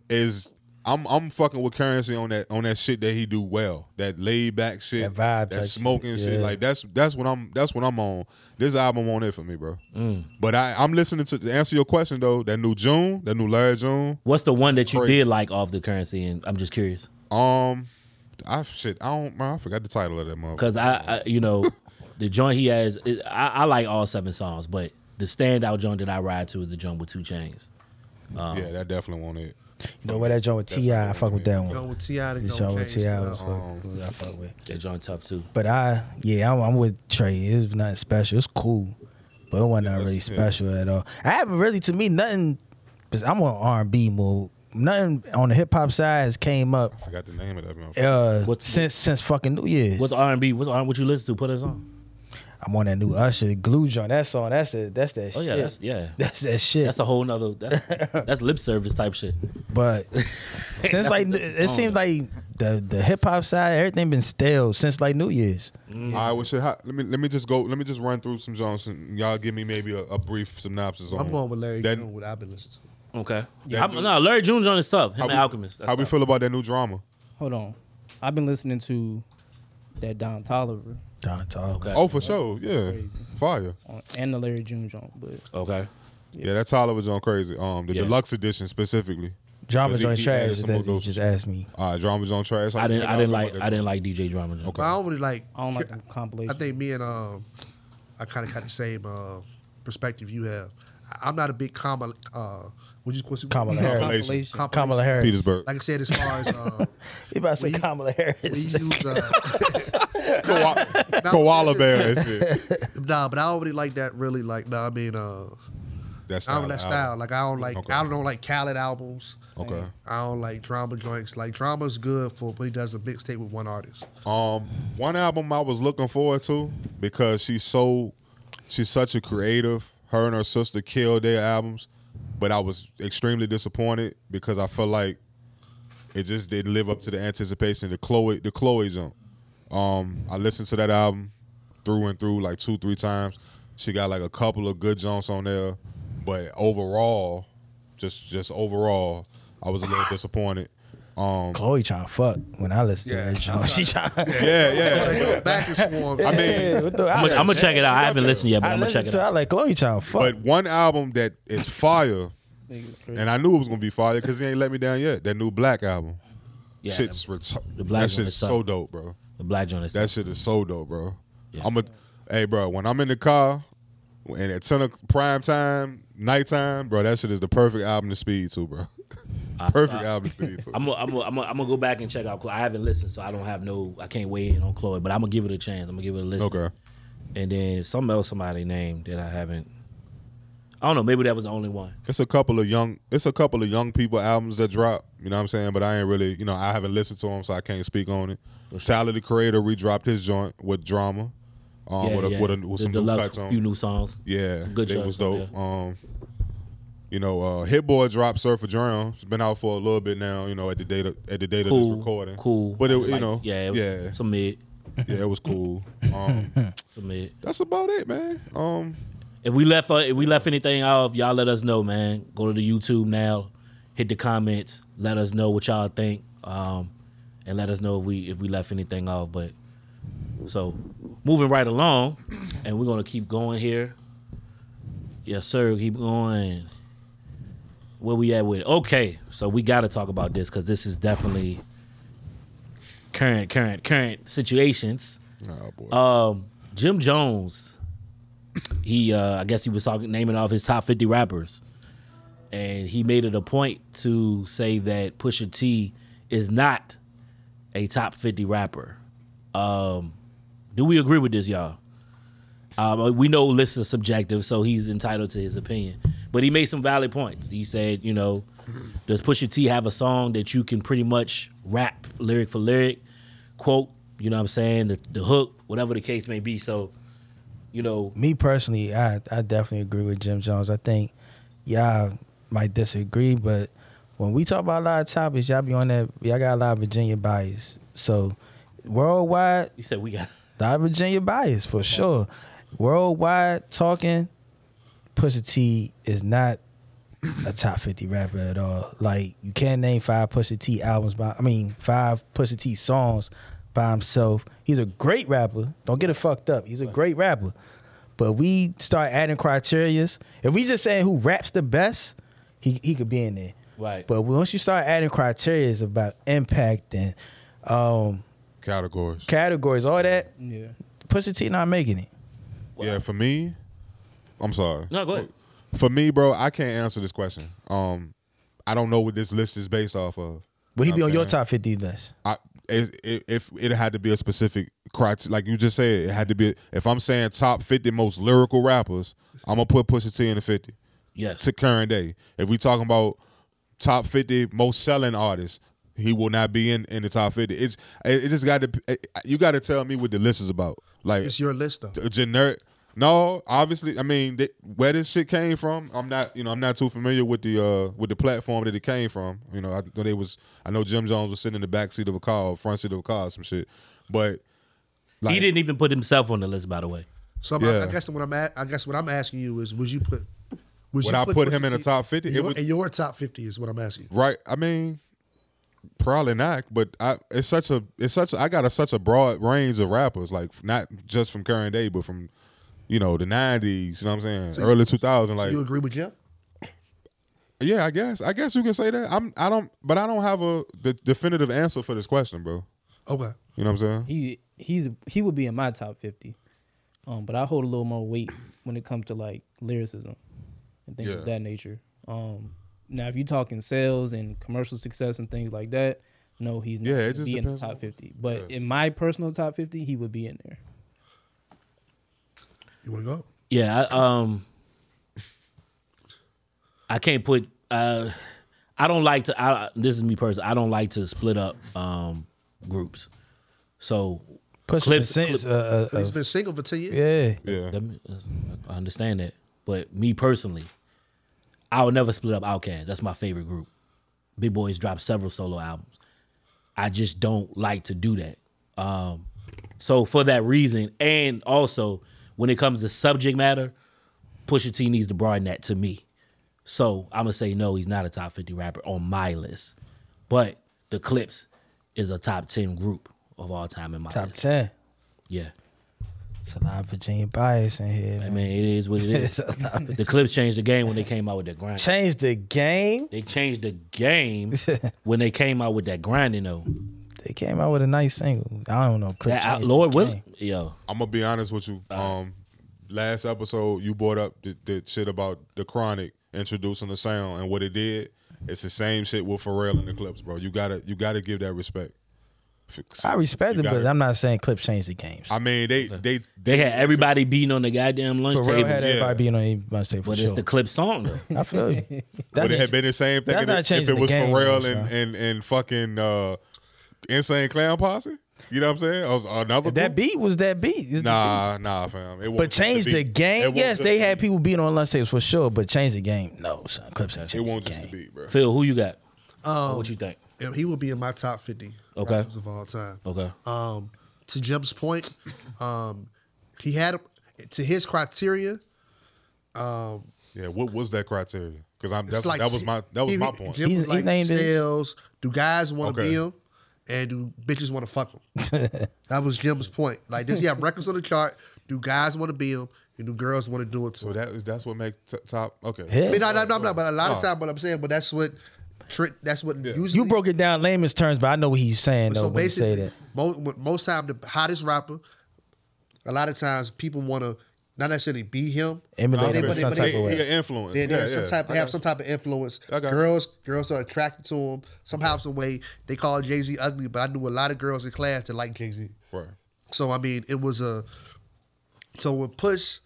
[SPEAKER 2] is I'm I'm fucking with currency on that on that shit that he do well. That laid back shit,
[SPEAKER 4] That vibe type
[SPEAKER 2] that smoking
[SPEAKER 4] shit,
[SPEAKER 2] shit.
[SPEAKER 4] yeah.
[SPEAKER 2] Like that's that's what I'm that's what I'm on. This album on it for me, bro.
[SPEAKER 5] Mm.
[SPEAKER 2] But I I'm listening to to answer your question though. That new June, that new Larry June.
[SPEAKER 5] What's the one that you
[SPEAKER 2] Crazy.
[SPEAKER 5] did like off the currency? And I'm just curious
[SPEAKER 2] Um, I shit, I don't, man, I forgot the title of that motherfucker.
[SPEAKER 5] because I, I, you know, the joint he has. It, I, I like all seven songs, but the standout joint that I ride to is the joint with two chains.
[SPEAKER 2] yeah, that definitely won't it.
[SPEAKER 4] You know where that joint with Ti? I fuck with that
[SPEAKER 3] Go
[SPEAKER 4] one.
[SPEAKER 3] with Ti to
[SPEAKER 4] This
[SPEAKER 3] go
[SPEAKER 4] joint with
[SPEAKER 3] K's
[SPEAKER 4] Ti
[SPEAKER 3] to
[SPEAKER 2] uh,
[SPEAKER 4] was
[SPEAKER 3] go.
[SPEAKER 2] um,
[SPEAKER 4] fuck- I fuck with.
[SPEAKER 5] That joint tough too.
[SPEAKER 4] But I, yeah, I'm, I'm with Trey. It's nothing special. It's cool, but it wasn't not really
[SPEAKER 2] that's- yeah.
[SPEAKER 4] special at all. I haven't really, to me, nothing. Cause I'm on R and B mode. Nothing on the hip hop side has came up
[SPEAKER 2] I forgot the name of that motherfucker.
[SPEAKER 4] uh,
[SPEAKER 5] What's-
[SPEAKER 4] since since fucking New Year's.
[SPEAKER 5] What's R and B? What's R? What you listen to? Put us on.
[SPEAKER 4] I'm on that new Usher Glue joint. That song. That's the that's that.
[SPEAKER 5] Oh yeah,
[SPEAKER 4] shit.
[SPEAKER 5] that's yeah.
[SPEAKER 4] That's that shit.
[SPEAKER 5] That's a whole nother. That's, that's lip service type shit.
[SPEAKER 4] but since like it seems like the the hip hop side, everything been stale since like New Year's.
[SPEAKER 2] All right, well, shit, how, let me let me just go. Let me just run through some Johnson. Y'all give me maybe a, a brief synopsis on.
[SPEAKER 3] I'm going with Larry
[SPEAKER 2] that,
[SPEAKER 3] June. What I've been listening to.
[SPEAKER 5] Okay.
[SPEAKER 2] Yeah.
[SPEAKER 5] I'm- no, Larry June John is tough. Him
[SPEAKER 2] How
[SPEAKER 5] and
[SPEAKER 2] we,
[SPEAKER 5] Alchemist. That's
[SPEAKER 2] how we
[SPEAKER 5] tough.
[SPEAKER 2] feel about that new drama?
[SPEAKER 7] Hold on. I've been listening to that Don Tolliver
[SPEAKER 4] Don Tolliver.
[SPEAKER 5] Okay.
[SPEAKER 2] Oh, for sure, yeah,
[SPEAKER 7] Crazy.
[SPEAKER 2] fire.
[SPEAKER 7] on, and the Larry June joint, but
[SPEAKER 5] Okay.
[SPEAKER 2] Yeah, that Tolliver John crazy. Um, the
[SPEAKER 5] Yeah.
[SPEAKER 2] deluxe edition specifically.
[SPEAKER 4] Drama
[SPEAKER 2] He-
[SPEAKER 4] joint
[SPEAKER 2] he
[SPEAKER 4] trash.
[SPEAKER 2] added
[SPEAKER 4] Is
[SPEAKER 2] some
[SPEAKER 4] that
[SPEAKER 2] of
[SPEAKER 4] you
[SPEAKER 2] those-
[SPEAKER 4] just asked me.
[SPEAKER 2] All right, drama John trash.
[SPEAKER 5] I didn't. I didn't like. I didn't like DJ Drama. John.
[SPEAKER 2] Okay.
[SPEAKER 3] But I don't really like.
[SPEAKER 7] I don't like the compilation.
[SPEAKER 3] I think me and um, I kind of got the same uh, perspective you have. I, I'm not a big Kamala. Uh, what you what's it-
[SPEAKER 4] Kamala Harris.
[SPEAKER 7] compilation.
[SPEAKER 3] Compilation.
[SPEAKER 4] Kamala Harris.
[SPEAKER 2] Petersburg.
[SPEAKER 3] Like I said, as far as uh,
[SPEAKER 4] You about to say
[SPEAKER 3] Well, you-
[SPEAKER 4] Kamala
[SPEAKER 3] we
[SPEAKER 4] Harris?
[SPEAKER 3] use uh,
[SPEAKER 2] Koala, koala bear. That shit.
[SPEAKER 3] nah, but I don't really like that. Really like nah. I mean, uh,
[SPEAKER 2] That
[SPEAKER 3] I
[SPEAKER 2] style.
[SPEAKER 3] don't
[SPEAKER 2] album.
[SPEAKER 3] that style. Like I don't like.
[SPEAKER 2] Okay.
[SPEAKER 3] I don't like Khaled albums.
[SPEAKER 2] Okay.
[SPEAKER 3] I don't like drama joints. Like drama's good for when he does a mixtape with one artist.
[SPEAKER 2] Um, one album I was looking forward to because she's so she's such a creative. Her and her sister killed their albums, but I was extremely disappointed because I felt like it just didn't live up to the anticipation. The Chloe, the Chloe jump. Um, I listened to that album through and through like two, three times. She got like a couple of good jumps on there, but overall, just just overall, I was a little disappointed. Um,
[SPEAKER 4] Chloe trying to fuck when I listen to
[SPEAKER 3] Yeah,
[SPEAKER 4] that joint. She trying.
[SPEAKER 2] yeah, yeah.
[SPEAKER 3] Like, yo, back is warm.
[SPEAKER 2] I mean,
[SPEAKER 5] I'm gonna, I'm gonna check it out. I haven't listened yet, but
[SPEAKER 4] I
[SPEAKER 5] I'm gonna check it
[SPEAKER 4] to, I
[SPEAKER 5] out.
[SPEAKER 4] like Chloe trying to fuck.
[SPEAKER 2] But one album that is fire,
[SPEAKER 7] Niggas crazy.
[SPEAKER 2] and I knew it was gonna be fire because he ain't let me down yet. That new Black album,
[SPEAKER 5] Yeah,
[SPEAKER 2] shit's retu-
[SPEAKER 5] the
[SPEAKER 2] that
[SPEAKER 5] Black one
[SPEAKER 2] shit
[SPEAKER 5] is
[SPEAKER 2] is so
[SPEAKER 5] something.
[SPEAKER 2] dope, bro.
[SPEAKER 5] the Black John is.
[SPEAKER 2] That shit is so dope, bro.
[SPEAKER 5] Yeah.
[SPEAKER 2] I'm a, hey, bro. When I'm in the car, and at ten o'clock prime time, nighttime, bro, that shit is the perfect album to speed to, bro. Perfect album to to.
[SPEAKER 5] I'm gonna I'm gonna- I'm gonna- I'm gonna go back and check out. 'cause I haven't listened, so I don't have no. I can't weigh in on Chloe, but I'm gonna give it a chance. I'm gonna give it a listen.
[SPEAKER 2] Okay.
[SPEAKER 5] And then something else somebody named that I haven't. I don't know. Maybe that was the only one.
[SPEAKER 2] It's a couple of young it's a couple of young people albums that drop, you know what I'm saying? But I ain't really, you know, I haven't listened to them so I can't speak on it. Tyler the Creator redropped his joint with drama. Um with, a, with, a, with
[SPEAKER 5] The
[SPEAKER 2] some new
[SPEAKER 5] deluxe,
[SPEAKER 2] cuts on.
[SPEAKER 5] few new songs.
[SPEAKER 2] Yeah,
[SPEAKER 5] Good
[SPEAKER 2] they
[SPEAKER 5] choice,
[SPEAKER 2] was
[SPEAKER 5] though,
[SPEAKER 2] dope. Um, you know, uh, Hit Boy dropped Surfer Drown. It's been out for a little bit now. You know, at the date of, at the date of
[SPEAKER 5] Cool,
[SPEAKER 2] this recording,
[SPEAKER 5] cool.
[SPEAKER 2] But it, you
[SPEAKER 5] Like,
[SPEAKER 2] know,
[SPEAKER 5] yeah, it was
[SPEAKER 2] yeah,
[SPEAKER 5] some mid,
[SPEAKER 2] yeah, it was cool. Um,
[SPEAKER 5] some mid.
[SPEAKER 2] that's about it, man. Um,
[SPEAKER 5] If we left, uh, if we left anything off, y'all let us know, man. Go to the YouTube now, hit the comments, let us know what y'all think, um, and let us know if we if we left anything off. But so moving right along, and we're gonna keep going here. Yes, sir. Keep going. Where we at with? it? Okay, so we got to talk about this because this is definitely current, current, current situations.
[SPEAKER 2] oh boy,
[SPEAKER 5] Um, Jim Jones, he uh, I guess he was talking naming off his top fifty rappers, and he made it a point to say that Pusha T is not a top fifty rapper. Um, do we agree with this, y'all? Um, we know lists are subjective, so he's entitled to his opinion. But he made some valid points. He said, you know, does Pusha T have a song that you can pretty much rap lyric for lyric, quote, you know what I'm saying, the, the hook, whatever the case may be. So, you know,
[SPEAKER 4] me personally, I, I definitely agree with Jim Jones. I think y'all might disagree, but when we talk about a lot of topics, y'all be on that. Y'all got a lot of Virginia bias. So worldwide,
[SPEAKER 5] you said we got
[SPEAKER 4] a lot of Virginia bias for sure. Worldwide talking, Pusha T is not a top fifty rapper at all. Like you can't name five Pusha T albums by I mean five Pusha T songs by himself. He's a great rapper. Don't get it fucked up. He's a great rapper. But we start adding criterias. If we just saying who raps the best, he he could be in there.
[SPEAKER 5] Right.
[SPEAKER 4] But once you start adding criterias about impact and um,
[SPEAKER 2] categories.
[SPEAKER 4] categories, all that,
[SPEAKER 7] Yeah.
[SPEAKER 4] Pusha T not making it.
[SPEAKER 2] yeah, for me, I'm sorry.
[SPEAKER 5] No, go ahead.
[SPEAKER 2] For me, bro, I can't answer this question. Um, I don't know what this list is based off of.
[SPEAKER 4] Will he
[SPEAKER 2] You
[SPEAKER 4] be
[SPEAKER 2] know
[SPEAKER 4] on
[SPEAKER 2] what
[SPEAKER 4] your
[SPEAKER 2] I'm saying?
[SPEAKER 4] top fifty list?
[SPEAKER 2] I it, it, if it had to be a specific criteria, like you just said, it had to be. If I'm saying top fifty most lyrical rappers, I'm gonna put Pusha T in the fifty
[SPEAKER 5] yes.
[SPEAKER 2] to current day. If we talking about top fifty most selling artists, he will not be in in the top fifty. It's it, it just got to you got to tell me what the list is about. Like
[SPEAKER 3] It's your list though.
[SPEAKER 2] a generic. No, obviously, I mean th- where this shit came from. I'm not, you know, I'm not too familiar with the uh with the platform that it came from. You know, I know they was, I know Jim Jones was sitting in the back seat of a car, front seat of a car, some shit. But
[SPEAKER 5] he
[SPEAKER 2] like-
[SPEAKER 5] didn't even put himself on the list, by the way.
[SPEAKER 3] So I'm-
[SPEAKER 2] Yeah.
[SPEAKER 3] I guess what I'm at, I guess what I'm asking you is, would you put?
[SPEAKER 2] Would
[SPEAKER 3] Would, you
[SPEAKER 2] I put him
[SPEAKER 3] Pusha
[SPEAKER 2] in the
[SPEAKER 3] T-
[SPEAKER 2] top 50? It
[SPEAKER 3] Your,
[SPEAKER 2] would-
[SPEAKER 3] in your top fifty is what I'm asking. you.
[SPEAKER 2] right, I mean, probably not. But I, it's such a, it's such, a, I got a such a broad range of rappers, like not just from current day, but from, you know, the '90s. You know what I'm saying? Early 2000s. Like
[SPEAKER 3] you agree with Jim?
[SPEAKER 2] Yeah, I guess. I guess you can say that. I'm. I don't. But I don't have a the definitive answer for this question, bro.
[SPEAKER 3] Okay.
[SPEAKER 2] You know what I'm saying?
[SPEAKER 7] He he's he would be in my top fifty. Um, but I hold a little more weight when it comes to like lyricism and things
[SPEAKER 2] Yeah.
[SPEAKER 7] of that nature. Um, now if you're talking sales and commercial success and things like that, no, he's not
[SPEAKER 2] Yeah, it
[SPEAKER 7] gonna
[SPEAKER 2] just
[SPEAKER 7] be in the
[SPEAKER 2] depends on-
[SPEAKER 7] top fifty. But in my personal top fifty, he would be in there.
[SPEAKER 3] You want to go?
[SPEAKER 5] Yeah, I, um, I can't put. Uh, I don't like to. I, this is me personally. I don't like to split up um, groups. So
[SPEAKER 4] Pusha
[SPEAKER 5] Clips-
[SPEAKER 4] T since, uh, uh,
[SPEAKER 3] He's
[SPEAKER 4] uh,
[SPEAKER 3] been single for ten years.
[SPEAKER 4] yeah,
[SPEAKER 2] Yeah.
[SPEAKER 5] That me- that's- I understand that, but me personally, I would never split up Outkast. That's my favorite group. Big Boys dropped several solo albums. I just don't like to do that. Um, so for that reason, and also when it comes to subject matter, Pusha T needs to broaden that to me. So I'm gonna say no, he's not a top 50 rapper on my list, but the Clips is a top 10 group of all time in my
[SPEAKER 4] top
[SPEAKER 5] list.
[SPEAKER 4] ten.
[SPEAKER 5] Yeah,
[SPEAKER 4] It's a lot of Virginia bias in here.
[SPEAKER 5] I
[SPEAKER 4] Man.
[SPEAKER 5] mean it is what it is.
[SPEAKER 4] It's a lot of-
[SPEAKER 5] The Clips changed the game when they came out with that grind.
[SPEAKER 4] Change the game.
[SPEAKER 5] They changed the game when they came out with that grinding though.
[SPEAKER 4] They came out with a nice single. I don't know. Clip
[SPEAKER 5] That out,
[SPEAKER 4] changed
[SPEAKER 5] Lord
[SPEAKER 4] the
[SPEAKER 5] willing,
[SPEAKER 4] game.
[SPEAKER 5] yo,
[SPEAKER 2] I'm gonna be honest with you. Um, last episode you brought up the, the shit about the chronic introducing the sound and what it did, It's the same shit with Pharrell and the Clips, bro. You gotta you gotta give that respect. F-
[SPEAKER 4] I respect
[SPEAKER 2] you
[SPEAKER 4] it, but
[SPEAKER 2] gotta-
[SPEAKER 4] I'm not saying Clip changed the games.
[SPEAKER 2] I mean, they they
[SPEAKER 5] They had everybody beating on the goddamn lunch
[SPEAKER 4] Pharrell
[SPEAKER 5] table.
[SPEAKER 4] had everybody being on everybody's table.
[SPEAKER 5] but
[SPEAKER 4] for
[SPEAKER 5] it's
[SPEAKER 4] sure.
[SPEAKER 5] the clip song. though.
[SPEAKER 4] I feel you. That
[SPEAKER 2] But it
[SPEAKER 4] ain't-
[SPEAKER 2] had been the same thing
[SPEAKER 4] that's
[SPEAKER 2] if
[SPEAKER 4] not
[SPEAKER 2] it, if
[SPEAKER 4] changing
[SPEAKER 2] it
[SPEAKER 4] the
[SPEAKER 2] was
[SPEAKER 4] game,
[SPEAKER 2] Pharrell
[SPEAKER 4] though,
[SPEAKER 2] and,
[SPEAKER 4] son.
[SPEAKER 2] and and fucking uh, Insane Clown Posse. You know what I'm saying? Or s- another group?
[SPEAKER 4] that beat was that beat. It's-
[SPEAKER 2] Nah, nah, fam. It wasn't
[SPEAKER 4] But
[SPEAKER 2] just
[SPEAKER 4] change the
[SPEAKER 2] beat. It
[SPEAKER 4] game.
[SPEAKER 2] wasn't
[SPEAKER 4] Yes,
[SPEAKER 2] just
[SPEAKER 4] they
[SPEAKER 2] the
[SPEAKER 4] had
[SPEAKER 2] beat.
[SPEAKER 4] people beating on lunch tables for sure, but change the game. No, son. Clips ain't
[SPEAKER 2] It
[SPEAKER 4] changed
[SPEAKER 2] won't
[SPEAKER 4] the
[SPEAKER 2] just the
[SPEAKER 4] game.
[SPEAKER 2] beat, bro.
[SPEAKER 5] Phil, who you got?
[SPEAKER 3] Um,
[SPEAKER 5] What you think?
[SPEAKER 3] yeah, he would be in my top 50
[SPEAKER 5] Okay.
[SPEAKER 3] rappers of all time.
[SPEAKER 5] Okay.
[SPEAKER 3] Um, to Jim's point, um, he had to his criteria.
[SPEAKER 2] Yeah, what was that criteria? Because I'm
[SPEAKER 3] It's
[SPEAKER 2] that's,
[SPEAKER 3] like
[SPEAKER 2] that was my that was my point.
[SPEAKER 3] Jim was
[SPEAKER 4] He's- he
[SPEAKER 3] like
[SPEAKER 4] named it-
[SPEAKER 3] sales. Do guys want to
[SPEAKER 2] Okay.
[SPEAKER 3] be him, and do bitches want to fuck him? that was Jim's point. Like, does he have records on the chart? Do guys want to be him, and do girls want to do it? Too?
[SPEAKER 2] So that is that's what makes t- top. Okay,
[SPEAKER 4] Yeah.
[SPEAKER 3] I mean, no, no, no, no, but a
[SPEAKER 2] uh.
[SPEAKER 3] lot of time, what I'm saying, but that's what, tri- that's what usually.
[SPEAKER 4] You broke it down layman's terms, but I know what he's saying though
[SPEAKER 3] So
[SPEAKER 4] when you say
[SPEAKER 3] basically,
[SPEAKER 4] that.
[SPEAKER 3] mo- mo- most time the hottest rapper, a lot of times people want to not necessarily be him,
[SPEAKER 4] Emulate
[SPEAKER 3] but they-
[SPEAKER 4] him in
[SPEAKER 3] but they-
[SPEAKER 4] some
[SPEAKER 3] but
[SPEAKER 4] type
[SPEAKER 3] they-
[SPEAKER 4] of way.
[SPEAKER 2] He an influence.
[SPEAKER 3] They, they
[SPEAKER 2] yeah,
[SPEAKER 3] have some
[SPEAKER 2] yeah.
[SPEAKER 3] type,
[SPEAKER 2] I
[SPEAKER 3] have
[SPEAKER 2] got
[SPEAKER 3] some type of influence.
[SPEAKER 2] got you.
[SPEAKER 3] Girls, girls are attracted to him somehow, some way. They call Jay Z ugly, but I knew a lot of girls in class that like Jay Z.
[SPEAKER 2] you. Right.
[SPEAKER 3] So I mean, it was a. So when Push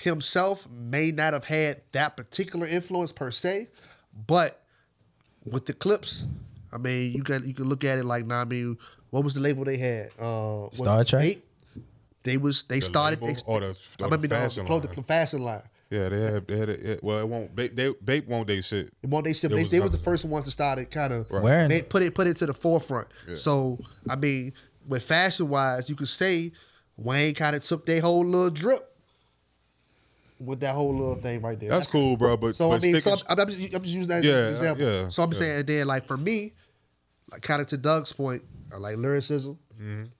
[SPEAKER 3] himself may not have had that particular influence per se, but with the clips, I mean, you can you can look at it like, nah, I mean, what was the label they had? Uh, what,
[SPEAKER 4] Star Trek?
[SPEAKER 3] Eight? They was they
[SPEAKER 2] The
[SPEAKER 3] started.
[SPEAKER 2] label
[SPEAKER 3] They,
[SPEAKER 2] or the-
[SPEAKER 3] I
[SPEAKER 2] or the
[SPEAKER 3] remember the,
[SPEAKER 2] fashion
[SPEAKER 3] close to
[SPEAKER 2] line.
[SPEAKER 3] the fashion line.
[SPEAKER 2] Yeah, they had they had it. it- Well, it won't. They, they Bape won't they shit.
[SPEAKER 3] Well, they said
[SPEAKER 2] There
[SPEAKER 3] they,
[SPEAKER 2] was
[SPEAKER 3] they was the
[SPEAKER 2] nothing.
[SPEAKER 3] first ones to start it kind of
[SPEAKER 4] Wearing
[SPEAKER 3] they
[SPEAKER 4] it.
[SPEAKER 3] put it put it to the forefront. So I mean, with fashion wise, you could say Wayne kind of took their whole little drip with that whole little thing right there.
[SPEAKER 2] That's cool, bro. But
[SPEAKER 3] So
[SPEAKER 2] but
[SPEAKER 3] I mean, so
[SPEAKER 2] sticking-
[SPEAKER 3] I'm, I'm, just, I'm just using that as
[SPEAKER 2] Yeah,
[SPEAKER 3] an example.
[SPEAKER 2] yeah,
[SPEAKER 3] so I'm
[SPEAKER 2] yeah.
[SPEAKER 3] saying, and then like for me, like kind of to Doug's point, I like lyricism,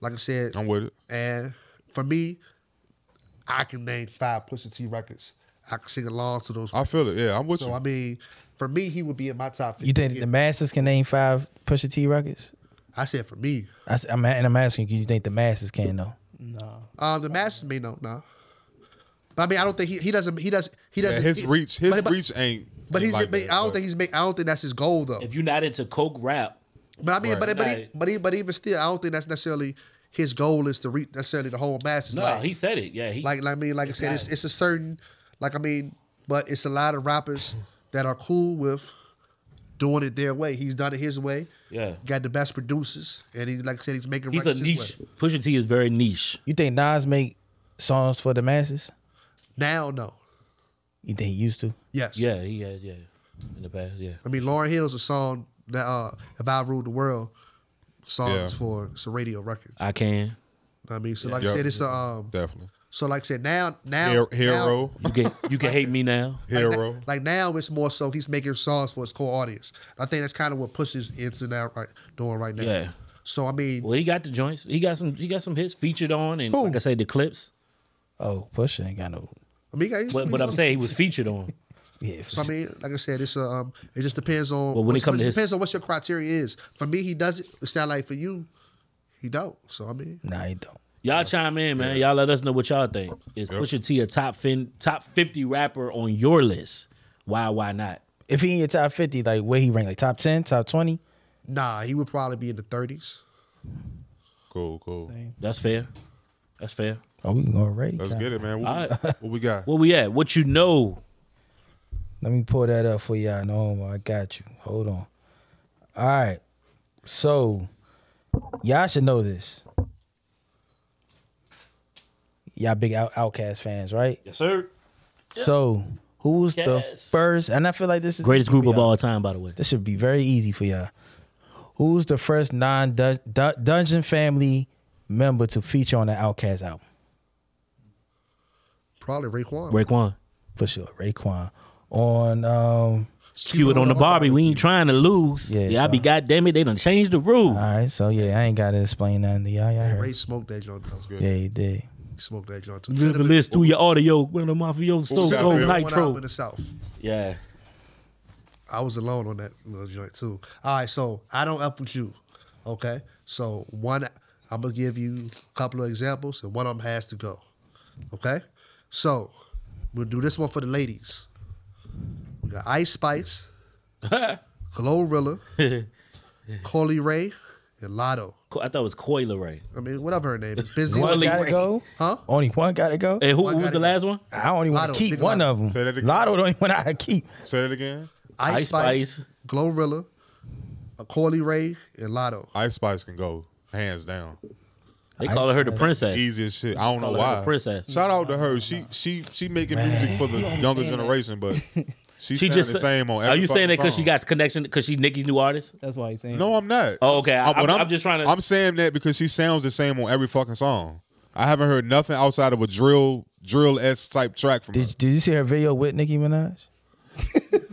[SPEAKER 3] like I said,
[SPEAKER 2] Mm-hmm. I'm with it.
[SPEAKER 3] and for me, I can name five Pusha T records. I can sing along to those.
[SPEAKER 2] I feel it. Yeah, I'm with
[SPEAKER 3] So
[SPEAKER 2] you.
[SPEAKER 3] I mean, for me, he would be in my top. 50.
[SPEAKER 4] You think the masses can name five Pusha T records?
[SPEAKER 3] I said for me.
[SPEAKER 4] I, s- I'm, and I'm asking you, you think the masses can though?
[SPEAKER 7] No.
[SPEAKER 3] Um, the masses may know now. But I mean, I don't think he, he doesn't he doesn't he
[SPEAKER 2] Yeah,
[SPEAKER 3] doesn't
[SPEAKER 2] his
[SPEAKER 3] he-
[SPEAKER 2] reach, his
[SPEAKER 3] but, but-
[SPEAKER 2] reach ain't.
[SPEAKER 3] But he's
[SPEAKER 2] like
[SPEAKER 3] but
[SPEAKER 2] that,
[SPEAKER 3] I don't
[SPEAKER 2] but-
[SPEAKER 3] think he's make I don't think that's his goal though.
[SPEAKER 5] If you're not into coke rap,
[SPEAKER 3] But I mean,
[SPEAKER 2] Right.
[SPEAKER 3] but but, he,
[SPEAKER 5] Right.
[SPEAKER 3] but he, but even still, I don't think that's necessarily his goal is to reach necessarily the whole masses.
[SPEAKER 5] no,
[SPEAKER 3] like,
[SPEAKER 5] he said it. Yeah, he
[SPEAKER 3] like, like I mean, like I said, it's,
[SPEAKER 5] not.
[SPEAKER 3] it's a certain like I mean, but it's a lot of rappers that are cool with doing it their way. He's done it his way.
[SPEAKER 5] Yeah.
[SPEAKER 3] got the best producers, and he like I said, he's making
[SPEAKER 5] he's a
[SPEAKER 3] records his
[SPEAKER 5] niche.
[SPEAKER 3] way.
[SPEAKER 5] Pusha T is very niche.
[SPEAKER 4] You think Nas make songs for the masses?
[SPEAKER 3] Now, no,
[SPEAKER 4] You think he used to?
[SPEAKER 3] yes,
[SPEAKER 5] Yeah, he has. Yeah, in the past. Yeah,
[SPEAKER 3] I mean, Lauren Hill's a song that uh, "If I Ruled the World" songs
[SPEAKER 2] Yeah.
[SPEAKER 3] for it's a radio record.
[SPEAKER 5] I can.
[SPEAKER 3] I mean, so like
[SPEAKER 2] Yeah.
[SPEAKER 3] I said, it's a um,
[SPEAKER 2] definitely
[SPEAKER 3] so like I said, now now
[SPEAKER 2] Hero,
[SPEAKER 3] now-
[SPEAKER 2] hero,
[SPEAKER 5] You can. You can hate me now.
[SPEAKER 2] hero.
[SPEAKER 3] Like now, it's more so he's making songs for his core audience. I think that's kind of what pushes into that right doing right now.
[SPEAKER 5] Yeah.
[SPEAKER 3] So I mean,
[SPEAKER 5] Well, he got the joints. He got some. He got some hits featured on, and like I said, the clips.
[SPEAKER 4] Oh, Pusha ain't got no.
[SPEAKER 3] I mean, he's-
[SPEAKER 5] But, but I'm saying he was featured on.
[SPEAKER 4] Yeah,
[SPEAKER 3] So I mean, like I said, it's um, it just depends on.
[SPEAKER 5] Well, when it
[SPEAKER 3] what's-
[SPEAKER 5] come to
[SPEAKER 3] it
[SPEAKER 5] his-
[SPEAKER 3] depends on what your criteria is. For me, he does it. It sound like for you, he don't. So I mean,
[SPEAKER 4] nah, he don't.
[SPEAKER 5] Y'all chime in, man. Y'all let us know what y'all think. Is Pusha T a top fin, top fifty rapper on your list? Why? Why not?
[SPEAKER 4] If he in your top fifty, like where he rank, like top ten, top twenty?
[SPEAKER 3] nah, he would probably be in the thirties.
[SPEAKER 2] Cool, cool.
[SPEAKER 5] That's fair. That's fair.
[SPEAKER 4] Oh, we can go already.
[SPEAKER 2] Let's
[SPEAKER 4] Kyle.
[SPEAKER 2] get it, man. What,
[SPEAKER 5] All right.
[SPEAKER 2] what we got?
[SPEAKER 5] Where we at? What you know?
[SPEAKER 4] Let me pull that up for y'all. No, homo, I got you. Hold on. All right. So, y'all should know this. Y'all big out- Outcast fans, right?
[SPEAKER 5] Yes, sir.
[SPEAKER 4] So, who was the
[SPEAKER 5] Yes.
[SPEAKER 4] first? And I feel like this is
[SPEAKER 5] Greatest group
[SPEAKER 4] for
[SPEAKER 5] of
[SPEAKER 4] y'all.
[SPEAKER 5] all time, by the way.
[SPEAKER 4] This should be very easy for y'all. Who's the first non du- du- Dungeon Family member to feature on the Outcast album?
[SPEAKER 3] Probably Raekwon.
[SPEAKER 5] Raekwon.
[SPEAKER 4] For sure, Raekwon. On um,
[SPEAKER 5] Cue it on the Barbie. We ain't trying to lose.
[SPEAKER 4] Yeah,
[SPEAKER 5] Yeah, I be
[SPEAKER 4] so-
[SPEAKER 5] goddamn it. They done changed the rule.
[SPEAKER 4] all right, so yeah, I ain't gotta explain nothing to y'all. Y'all
[SPEAKER 3] Yeah,
[SPEAKER 4] heard.
[SPEAKER 3] Ray smoked that joint. That was good.
[SPEAKER 4] Yeah, he did.
[SPEAKER 3] Smoked that joint. too.
[SPEAKER 5] Live the list through your audio. When the mafioso
[SPEAKER 2] was that
[SPEAKER 5] go
[SPEAKER 2] favorite
[SPEAKER 3] One album
[SPEAKER 5] nitro.
[SPEAKER 3] in the south.
[SPEAKER 5] Yeah.
[SPEAKER 3] I was alone on that little joint too. All right, so I don't up with you. Okay, so one, I'm gonna give you a couple of examples, and one of them has to go. Okay, so we'll do this one for the ladies. We got Ice Spice, Glorilla, Corley Ray, and Lotto.
[SPEAKER 5] Co- I thought it was Coil Ray.
[SPEAKER 3] I mean, whatever her name is. Busy.
[SPEAKER 5] One
[SPEAKER 4] gotta
[SPEAKER 5] Ray.
[SPEAKER 4] go.
[SPEAKER 3] Huh?
[SPEAKER 4] Only one gotta go.
[SPEAKER 5] Hey, who,
[SPEAKER 3] One
[SPEAKER 5] who was the
[SPEAKER 3] gotta go.
[SPEAKER 5] last one?
[SPEAKER 4] I only want
[SPEAKER 3] Lotto,
[SPEAKER 4] to keep
[SPEAKER 3] big
[SPEAKER 4] one
[SPEAKER 3] Lotto.
[SPEAKER 4] of them.
[SPEAKER 2] Say that again.
[SPEAKER 4] Lotto the only one I keep.
[SPEAKER 2] Say that again.
[SPEAKER 3] Ice,
[SPEAKER 5] Ice
[SPEAKER 3] Spice,
[SPEAKER 5] Spice.
[SPEAKER 3] Glorilla, Corley Ray, and Lotto.
[SPEAKER 2] Ice Spice can go hands down.
[SPEAKER 5] They call her the princess.
[SPEAKER 2] Easy as shit. I don't know
[SPEAKER 5] Call her
[SPEAKER 2] why.
[SPEAKER 5] the princess.
[SPEAKER 2] Shout out to her. She she she making music for the younger generation, but she,
[SPEAKER 5] She
[SPEAKER 2] just
[SPEAKER 5] just
[SPEAKER 2] the same on. Every
[SPEAKER 5] Are you saying that
[SPEAKER 2] fucking
[SPEAKER 5] because she
[SPEAKER 2] song.
[SPEAKER 5] got connection? Because she Nicki's new artist?
[SPEAKER 7] That's why he's saying.
[SPEAKER 2] No, I'm not.
[SPEAKER 5] Oh, okay.
[SPEAKER 2] I-
[SPEAKER 5] I'm-
[SPEAKER 2] but
[SPEAKER 5] I'm just trying to-
[SPEAKER 2] I'm saying that because she sounds the same on every fucking song. I haven't heard nothing outside of a drill drill s type track from her.
[SPEAKER 4] Did, did you see her video with Nicki Minaj?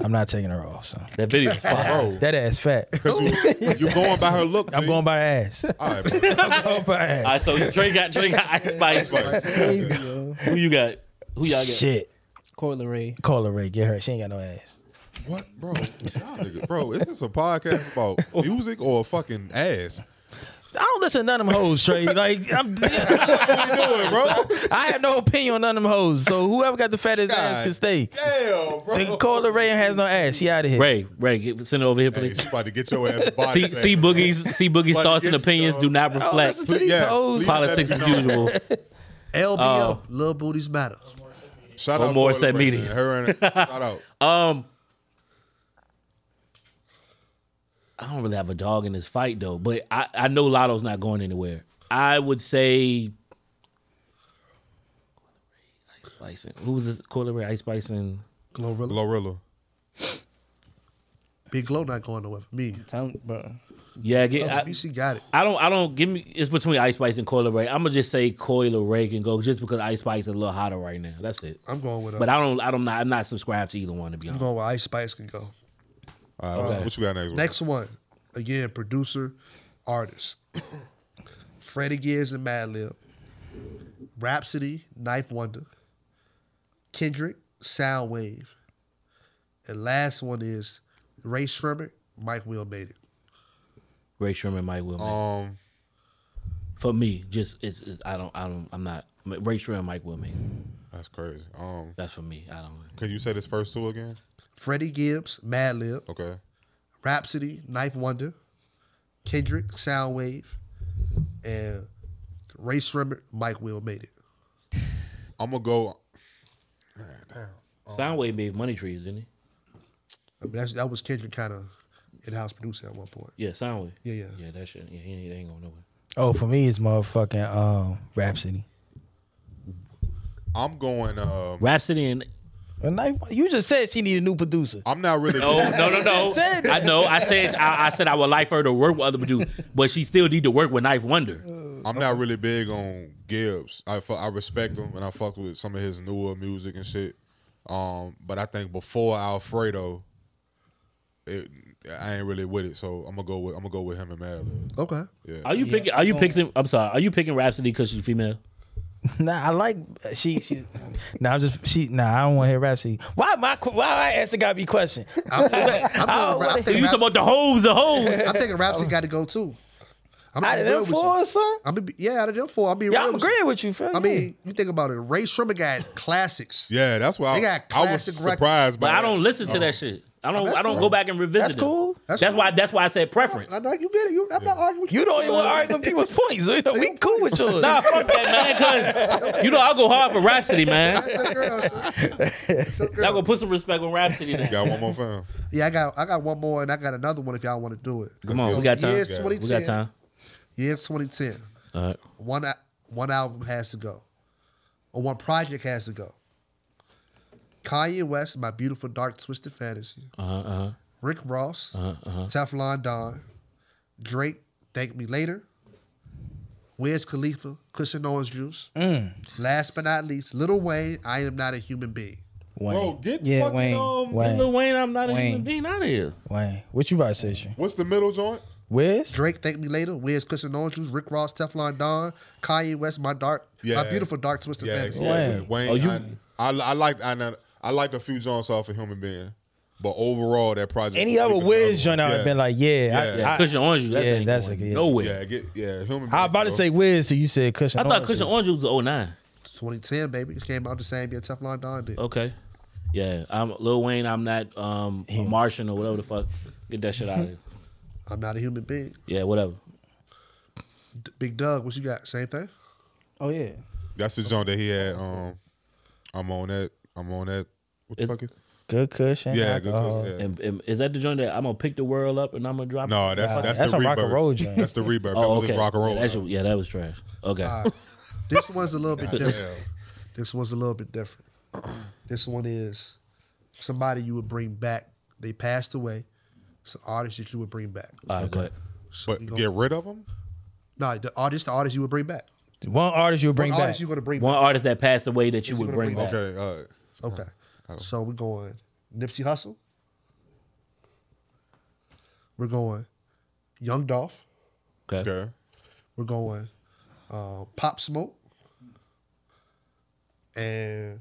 [SPEAKER 4] I'm not taking her off. So
[SPEAKER 5] That video's fire.
[SPEAKER 2] Bro,
[SPEAKER 4] that ass fat.
[SPEAKER 2] 'cause you, you're going by her look.
[SPEAKER 4] I'm
[SPEAKER 2] G.
[SPEAKER 4] going by her ass.
[SPEAKER 2] All right, bro.
[SPEAKER 4] I'm going by her
[SPEAKER 5] All
[SPEAKER 4] ass.
[SPEAKER 5] right, so Drake got Drake got Ice Spice.
[SPEAKER 7] crazy, yo.
[SPEAKER 5] Who you got? Who y'all got?
[SPEAKER 4] Shit.
[SPEAKER 7] Coil Ray.
[SPEAKER 4] Call her Ray. Get her. She ain't got no ass.
[SPEAKER 2] What, bro? Y'all nigga- bro, is this a podcast about music or a fucking ass?
[SPEAKER 4] I don't listen to none of them hoes, Trey. Like I'm,
[SPEAKER 2] Doing, bro.
[SPEAKER 4] I have no opinion on none of them hoes. So whoever got the fattest ass
[SPEAKER 2] God
[SPEAKER 4] can stay.
[SPEAKER 2] Damn, bro.
[SPEAKER 4] They call her Ray and has no ass. She out of here.
[SPEAKER 5] Ray, Ray, get, send it over here,
[SPEAKER 2] Hey,
[SPEAKER 5] please.
[SPEAKER 2] she about to get your ass a body.
[SPEAKER 5] See,
[SPEAKER 2] bag.
[SPEAKER 5] see Boogie's, see Boogie's
[SPEAKER 2] But
[SPEAKER 5] thoughts
[SPEAKER 2] yes,
[SPEAKER 5] and opinions
[SPEAKER 2] dog.
[SPEAKER 5] do not reflect
[SPEAKER 4] listen to
[SPEAKER 2] Please,
[SPEAKER 4] these
[SPEAKER 2] yeah,
[SPEAKER 4] hoes.
[SPEAKER 2] leave that
[SPEAKER 5] politics
[SPEAKER 2] be
[SPEAKER 5] as
[SPEAKER 2] known.
[SPEAKER 5] usual.
[SPEAKER 3] LBL,
[SPEAKER 5] Oh.
[SPEAKER 3] Little Booties Matter.
[SPEAKER 2] Shout
[SPEAKER 5] One
[SPEAKER 2] out
[SPEAKER 5] more
[SPEAKER 2] Boiler
[SPEAKER 5] said
[SPEAKER 2] Room,
[SPEAKER 5] media.
[SPEAKER 2] man. Her and shout out.
[SPEAKER 5] Um, I don't really have a dog in this fight though, but I, I know Lotto's not going anywhere. I would say Ice Spice. and- Who was this? Coil Ray, Ice Spice, and
[SPEAKER 3] Glorilla.
[SPEAKER 2] Glorilla.
[SPEAKER 3] Big Glow not going nowhere for me.
[SPEAKER 7] Tell me, bro.
[SPEAKER 5] yeah. Get, I,
[SPEAKER 3] BC got it.
[SPEAKER 5] I don't. I don't give me. It's between Ice Spice and Coil Ray. I'm gonna just say Coil Ray can go just because Ice Spice is a little hotter right now. That's it.
[SPEAKER 3] I'm going with. Uh,
[SPEAKER 5] But I don't. I don't. Not, I'm not subscribed to either one to be
[SPEAKER 3] I'm
[SPEAKER 5] honest.
[SPEAKER 3] going with Ice Spice can go.
[SPEAKER 2] All right,
[SPEAKER 5] Okay.
[SPEAKER 2] what you got next?
[SPEAKER 3] Next one, again, producer, artist, Freddie Gibbs and Madlib, Rhapsody, Knife Wonder, Kendrick, Soundwave, and last one is Ray Sherman, Mike Will made it.
[SPEAKER 5] Ray Sherman, Mike Will.
[SPEAKER 2] one? Um,
[SPEAKER 5] For me, just it's, it's. I don't. I don't. I'm not. Ray Sherman, Mike Will. Man,
[SPEAKER 2] that's crazy. Um,
[SPEAKER 5] that's for me. I don't.
[SPEAKER 2] can you say this first two again?
[SPEAKER 3] Freddie Gibbs, Madlib,
[SPEAKER 2] Okay.
[SPEAKER 3] Rhapsody, Knife Wonder, Kendrick, Soundwave, and Ray Sherman, Mike Will made it.
[SPEAKER 2] I'm gonna go.
[SPEAKER 3] Um,
[SPEAKER 5] Soundwave made money trees, didn't he?
[SPEAKER 3] I mean, that's, that was Kendrick kind of in-house producer at one point.
[SPEAKER 5] Yeah, Soundwave.
[SPEAKER 3] Yeah, yeah.
[SPEAKER 5] Yeah, that shit. Yeah, he ain't, they ain't going nowhere.
[SPEAKER 4] Oh, for me, it's motherfucking um, Rhapsody.
[SPEAKER 2] I'm going. Um,
[SPEAKER 5] Rhapsody and
[SPEAKER 4] And like, you just said she need a new producer.
[SPEAKER 2] I'm not really.
[SPEAKER 5] no, Oh, no, no, no.
[SPEAKER 4] Said it.
[SPEAKER 5] I know. I said I, I said I would like for her to work with other producers, but she still need to work with Knife
[SPEAKER 3] Uh,
[SPEAKER 5] Wonder.
[SPEAKER 2] I'm not really big on Gibbs. I fu- I respect him and I fuck with some of his newer music and shit. Um, but I think before Alfredo, it, I ain't really with it. So I'm gonna go with I'm gonna go with him and Madlib.
[SPEAKER 3] Okay.
[SPEAKER 5] Are you picking? Are you picking? I'm sorry. Are you picking Rhapsody because she's female?
[SPEAKER 4] Nah, I like she. she nah, I'm just she. Nah, I don't want to hear Rhapsody. Why my? Why I asked the guy be question?
[SPEAKER 3] I'm, I'm, I'm,
[SPEAKER 4] Oh,
[SPEAKER 3] I'm,
[SPEAKER 4] what
[SPEAKER 3] I'm
[SPEAKER 5] You
[SPEAKER 3] thinking
[SPEAKER 5] talking
[SPEAKER 3] Rhapsody-
[SPEAKER 5] about the hoes? The hoes.
[SPEAKER 3] I'm thinking Rhapsody got to go too. I'm
[SPEAKER 4] Out of
[SPEAKER 3] being real
[SPEAKER 4] them
[SPEAKER 3] with
[SPEAKER 4] four,
[SPEAKER 3] you.
[SPEAKER 4] son.
[SPEAKER 3] I'm be, yeah, out of them four. I'm being
[SPEAKER 4] Yeah,
[SPEAKER 3] real
[SPEAKER 4] I'm
[SPEAKER 3] with you.
[SPEAKER 4] agreeing with you. Phil.
[SPEAKER 3] I mean, you think about it. Ray Sherman got classics.
[SPEAKER 2] Yeah, that's why
[SPEAKER 3] They
[SPEAKER 2] I,
[SPEAKER 3] got
[SPEAKER 2] I was
[SPEAKER 3] classic records.
[SPEAKER 2] surprised. By
[SPEAKER 5] But I
[SPEAKER 2] that.
[SPEAKER 5] don't listen to that shit. I don't. I don't go back and revisit.
[SPEAKER 4] That's
[SPEAKER 5] them.
[SPEAKER 4] cool.
[SPEAKER 5] That's,
[SPEAKER 3] Oh. That's
[SPEAKER 5] why. That's why I said preference.
[SPEAKER 3] I know you get it. You, I'm not arguing. with
[SPEAKER 4] you don't even want to argue with people's points. We, we cool with yours.
[SPEAKER 5] Nah, fuck that, man. Cause you know I'll go hard for Rhapsody, man.
[SPEAKER 3] That's a girl, sis. That's a
[SPEAKER 5] Y'all
[SPEAKER 3] girl.
[SPEAKER 5] gonna put some respect on Rhapsody. Now.
[SPEAKER 2] Got one more fan.
[SPEAKER 3] Yeah, I got I got one more, and I got another one if y'all want to do it.
[SPEAKER 5] Come on,
[SPEAKER 2] go.
[SPEAKER 5] we got time.
[SPEAKER 3] Years
[SPEAKER 2] Yeah, we
[SPEAKER 5] We got
[SPEAKER 3] 2010.
[SPEAKER 5] time.
[SPEAKER 3] Years 2010.
[SPEAKER 5] All right.
[SPEAKER 3] One al- one album has to go, or one project has to go. Kanye West, My Beautiful Dark Twisted Fantasy.
[SPEAKER 5] Uh huh. Uh huh.
[SPEAKER 3] Rick Ross, Teflon Don, Drake, Thank Me Later, Wiz Khalifa, Christian Owens Juice. Last but not least, Little Wayne, I Am Not a Human Being.
[SPEAKER 2] Bro,
[SPEAKER 4] Wayne,
[SPEAKER 2] get
[SPEAKER 7] Yeah,
[SPEAKER 2] fucking
[SPEAKER 7] Wayne.
[SPEAKER 2] um.
[SPEAKER 4] Wayne,
[SPEAKER 5] Lil Wayne, I'm not a
[SPEAKER 7] Wayne.
[SPEAKER 5] human being out of here.
[SPEAKER 4] Wayne. What you about to say, Sean?
[SPEAKER 2] What's the middle joint?
[SPEAKER 4] Where's?
[SPEAKER 3] Drake, Thank Me Later, Wiz, Christian Owens Juice, Rick Ross, Teflon Don, Kanye West, My Dark,
[SPEAKER 2] Yeah.
[SPEAKER 3] My Beautiful Dark Twisted
[SPEAKER 2] Yeah,
[SPEAKER 3] Fantasy.
[SPEAKER 2] exactly. Wayne.
[SPEAKER 4] Wayne.
[SPEAKER 5] Oh, you-
[SPEAKER 2] I, I I liked I not- I liked a few joints off of Human Being, but overall that project.
[SPEAKER 4] Any other Wiz joint? I've
[SPEAKER 2] yeah.
[SPEAKER 4] been like, yeah,
[SPEAKER 2] Yeah.
[SPEAKER 4] I, I,
[SPEAKER 5] Cushion Orange Juice. That's
[SPEAKER 4] yeah,
[SPEAKER 5] ain't
[SPEAKER 4] that's
[SPEAKER 5] going
[SPEAKER 4] a good-
[SPEAKER 5] nowhere.
[SPEAKER 2] Yeah, get yeah. Human. Being,
[SPEAKER 4] I was about to
[SPEAKER 2] bro.
[SPEAKER 4] say Wiz, so you said Cushion.
[SPEAKER 5] I thought
[SPEAKER 4] Orange
[SPEAKER 5] Cushion
[SPEAKER 4] Juice.
[SPEAKER 5] Orange Juice was 09. Oh.
[SPEAKER 3] 2010, baby. It came out the same year Teflon Don did.
[SPEAKER 5] Okay. Yeah, I'm Lil Wayne. I'm not um, a Martian or whatever the fuck. Get that shit out of here.
[SPEAKER 3] I'm not a human being.
[SPEAKER 5] Yeah, whatever.
[SPEAKER 3] D- Big Doug, what you got? Same thing.
[SPEAKER 7] Oh yeah.
[SPEAKER 2] That's the joint that he had. Um, I'm on that. I'm on that. What the
[SPEAKER 5] It's-
[SPEAKER 2] fuck is?
[SPEAKER 4] Good cushion.
[SPEAKER 2] Yeah, good.
[SPEAKER 4] alcohol.
[SPEAKER 2] good yeah.
[SPEAKER 5] And, and is that the joint that I'm gonna pick the world up and I'm gonna drop?
[SPEAKER 2] No,
[SPEAKER 5] it?
[SPEAKER 2] that's that's,
[SPEAKER 4] that's
[SPEAKER 2] the
[SPEAKER 4] a rock
[SPEAKER 2] rebirth.
[SPEAKER 4] and roll joint.
[SPEAKER 2] That's the rebirth. that was just rock and roll.
[SPEAKER 5] Yeah, Oh, that's your- yeah, that was trash. Okay,
[SPEAKER 3] This one's a little bit different.
[SPEAKER 2] Damn.
[SPEAKER 3] This one's a little bit different. This one is somebody you would bring back. They passed away. It's an artist that you would bring back.
[SPEAKER 5] all right, good.
[SPEAKER 3] So
[SPEAKER 2] But
[SPEAKER 3] you gonna-
[SPEAKER 2] get rid of him.
[SPEAKER 3] nah, the artist, the artist you would bring back.
[SPEAKER 4] One artist you'll bring
[SPEAKER 3] One
[SPEAKER 4] back.
[SPEAKER 3] artist you gonna bring
[SPEAKER 5] One artist that passed away that you would
[SPEAKER 3] gonna
[SPEAKER 5] bring
[SPEAKER 3] bring
[SPEAKER 5] back.
[SPEAKER 2] Okay. All right.
[SPEAKER 3] back. Okay. So we're going Nipsey Hussle. We're going Young Dolph.
[SPEAKER 5] Okay.
[SPEAKER 2] Okay.
[SPEAKER 3] We're going uh, Pop Smoke. And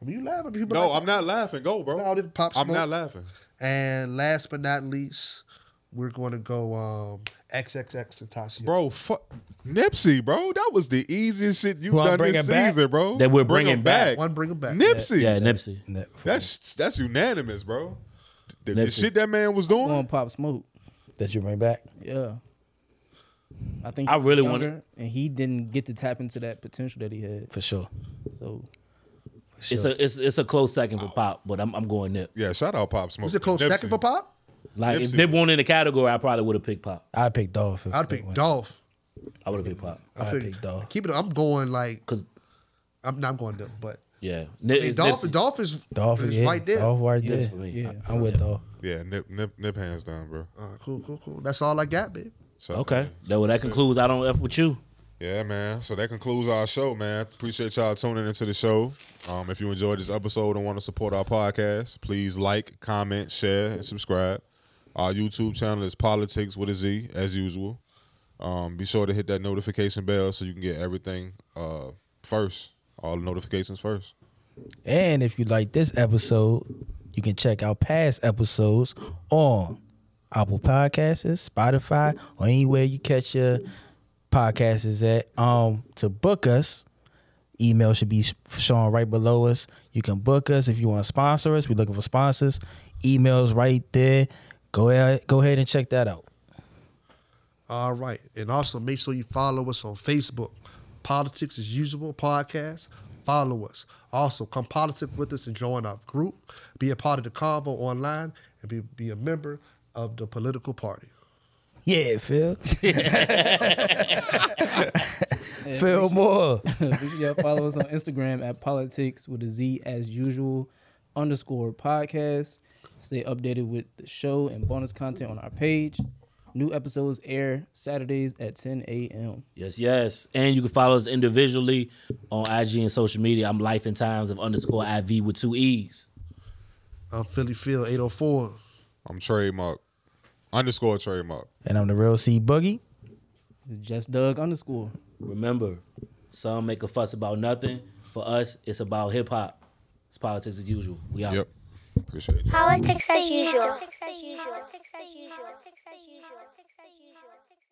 [SPEAKER 3] I mean, you laughing? People
[SPEAKER 2] No,
[SPEAKER 3] like
[SPEAKER 2] I'm not laughing. Go, bro.
[SPEAKER 3] No, this Pop
[SPEAKER 2] I'm
[SPEAKER 3] Smoke.
[SPEAKER 2] not laughing.
[SPEAKER 3] And last but not least, we're going to go um, XXX Tentacion.
[SPEAKER 2] Bro, fuck Nipsey, bro. That was the easiest shit you've
[SPEAKER 4] Who I'm
[SPEAKER 2] done
[SPEAKER 4] bringing
[SPEAKER 2] this
[SPEAKER 4] back?
[SPEAKER 2] season, bro.
[SPEAKER 5] That we're
[SPEAKER 2] Bring
[SPEAKER 5] bringing
[SPEAKER 2] him
[SPEAKER 5] back.
[SPEAKER 3] One, bring him back.
[SPEAKER 2] Nipsey.
[SPEAKER 5] Yeah, Nipsey.
[SPEAKER 2] That's that's unanimous, bro. The, the
[SPEAKER 5] Nipsey.
[SPEAKER 2] shit that man was
[SPEAKER 7] Going
[SPEAKER 2] doing.
[SPEAKER 7] pop smoke.
[SPEAKER 4] that you bring back.
[SPEAKER 7] Yeah. I think
[SPEAKER 5] I
[SPEAKER 7] he's
[SPEAKER 5] really
[SPEAKER 7] younger,
[SPEAKER 5] wanna-
[SPEAKER 7] and he didn't get to tap into that potential that he had.
[SPEAKER 4] For sure.
[SPEAKER 7] So
[SPEAKER 5] It's a it's it's a close second for Pop, but I'm I'm going Nip.
[SPEAKER 2] Yeah, shout out Pop Smoke.
[SPEAKER 3] Was it close
[SPEAKER 2] Nipsey.
[SPEAKER 3] second for Pop?
[SPEAKER 5] Like if
[SPEAKER 2] Nipsey
[SPEAKER 5] Nip weren't in the category, I probably would have picked Pop.
[SPEAKER 4] I'd pick Dolph. if
[SPEAKER 3] I'd
[SPEAKER 4] they
[SPEAKER 3] pick
[SPEAKER 4] went.
[SPEAKER 3] Dolph.
[SPEAKER 5] I would have picked Pop.
[SPEAKER 3] I'd
[SPEAKER 4] I'd pick Dolph.
[SPEAKER 3] Keep it. I'm going like
[SPEAKER 5] Cause
[SPEAKER 3] I'm not going to, but
[SPEAKER 5] yeah,
[SPEAKER 3] I mean, Dolph. Dolph is
[SPEAKER 4] Dolph
[SPEAKER 3] is
[SPEAKER 4] yeah.
[SPEAKER 3] right there.
[SPEAKER 4] Dolph right
[SPEAKER 5] Yeah,
[SPEAKER 4] there.
[SPEAKER 5] for me.
[SPEAKER 4] Yeah, I'm with Dolph.
[SPEAKER 2] Yeah, nip, nip, nip hands down, bro.
[SPEAKER 3] All right, cool, cool, cool. That's all I got, babe.
[SPEAKER 2] So,
[SPEAKER 5] Okay, that well, that concludes. I don't f with you.
[SPEAKER 2] Yeah, man. So that concludes our show, man. Appreciate y'all tuning into the show. Um, if you enjoyed this episode and want to support our podcast, please like, comment, share, and subscribe. Our YouTube channel is Politics with a Z, as usual. Um, be sure to hit that notification bell so you can get everything uh, first, all the notifications first.
[SPEAKER 4] And if you like this episode, you can check out past episodes on Apple Podcasts, Spotify, or anywhere you catch your podcasts is at. Um, to book us, email should be shown right below us. You can book us if you want to sponsor us. We're looking for sponsors. Emails right there. Go ahead, go ahead and check that out.
[SPEAKER 3] All right, and also make sure you follow us on Facebook. Politics as usual podcast. Follow us. Also, come politic with us and join our group. Be a part of the convo online and be, be a member of the political party.
[SPEAKER 4] Yeah, Phil. Phil Moore.
[SPEAKER 7] Make sure y'all follow us on Instagram at politics with a Z as usual underscore podcast. Stay updated with the show and bonus content on our page. New episodes air Saturdays at 10 a.m.
[SPEAKER 5] Yes, yes. And you can follow us individually on IG and social media. I'm Life and Times of underscore IV with two E's.
[SPEAKER 3] I'm Philly Phil 804.
[SPEAKER 2] I'm trademark, underscore trademark.
[SPEAKER 4] And I'm the real C Boogie.
[SPEAKER 7] It's just Doug underscore.
[SPEAKER 5] Remember, some make a fuss about nothing. For us, it's about hip hop. It's politics as usual. We out.
[SPEAKER 2] Yep. Appreciate you.
[SPEAKER 1] Politics as usual.
[SPEAKER 8] Politics as usual. Politics as usual. Politics as usual.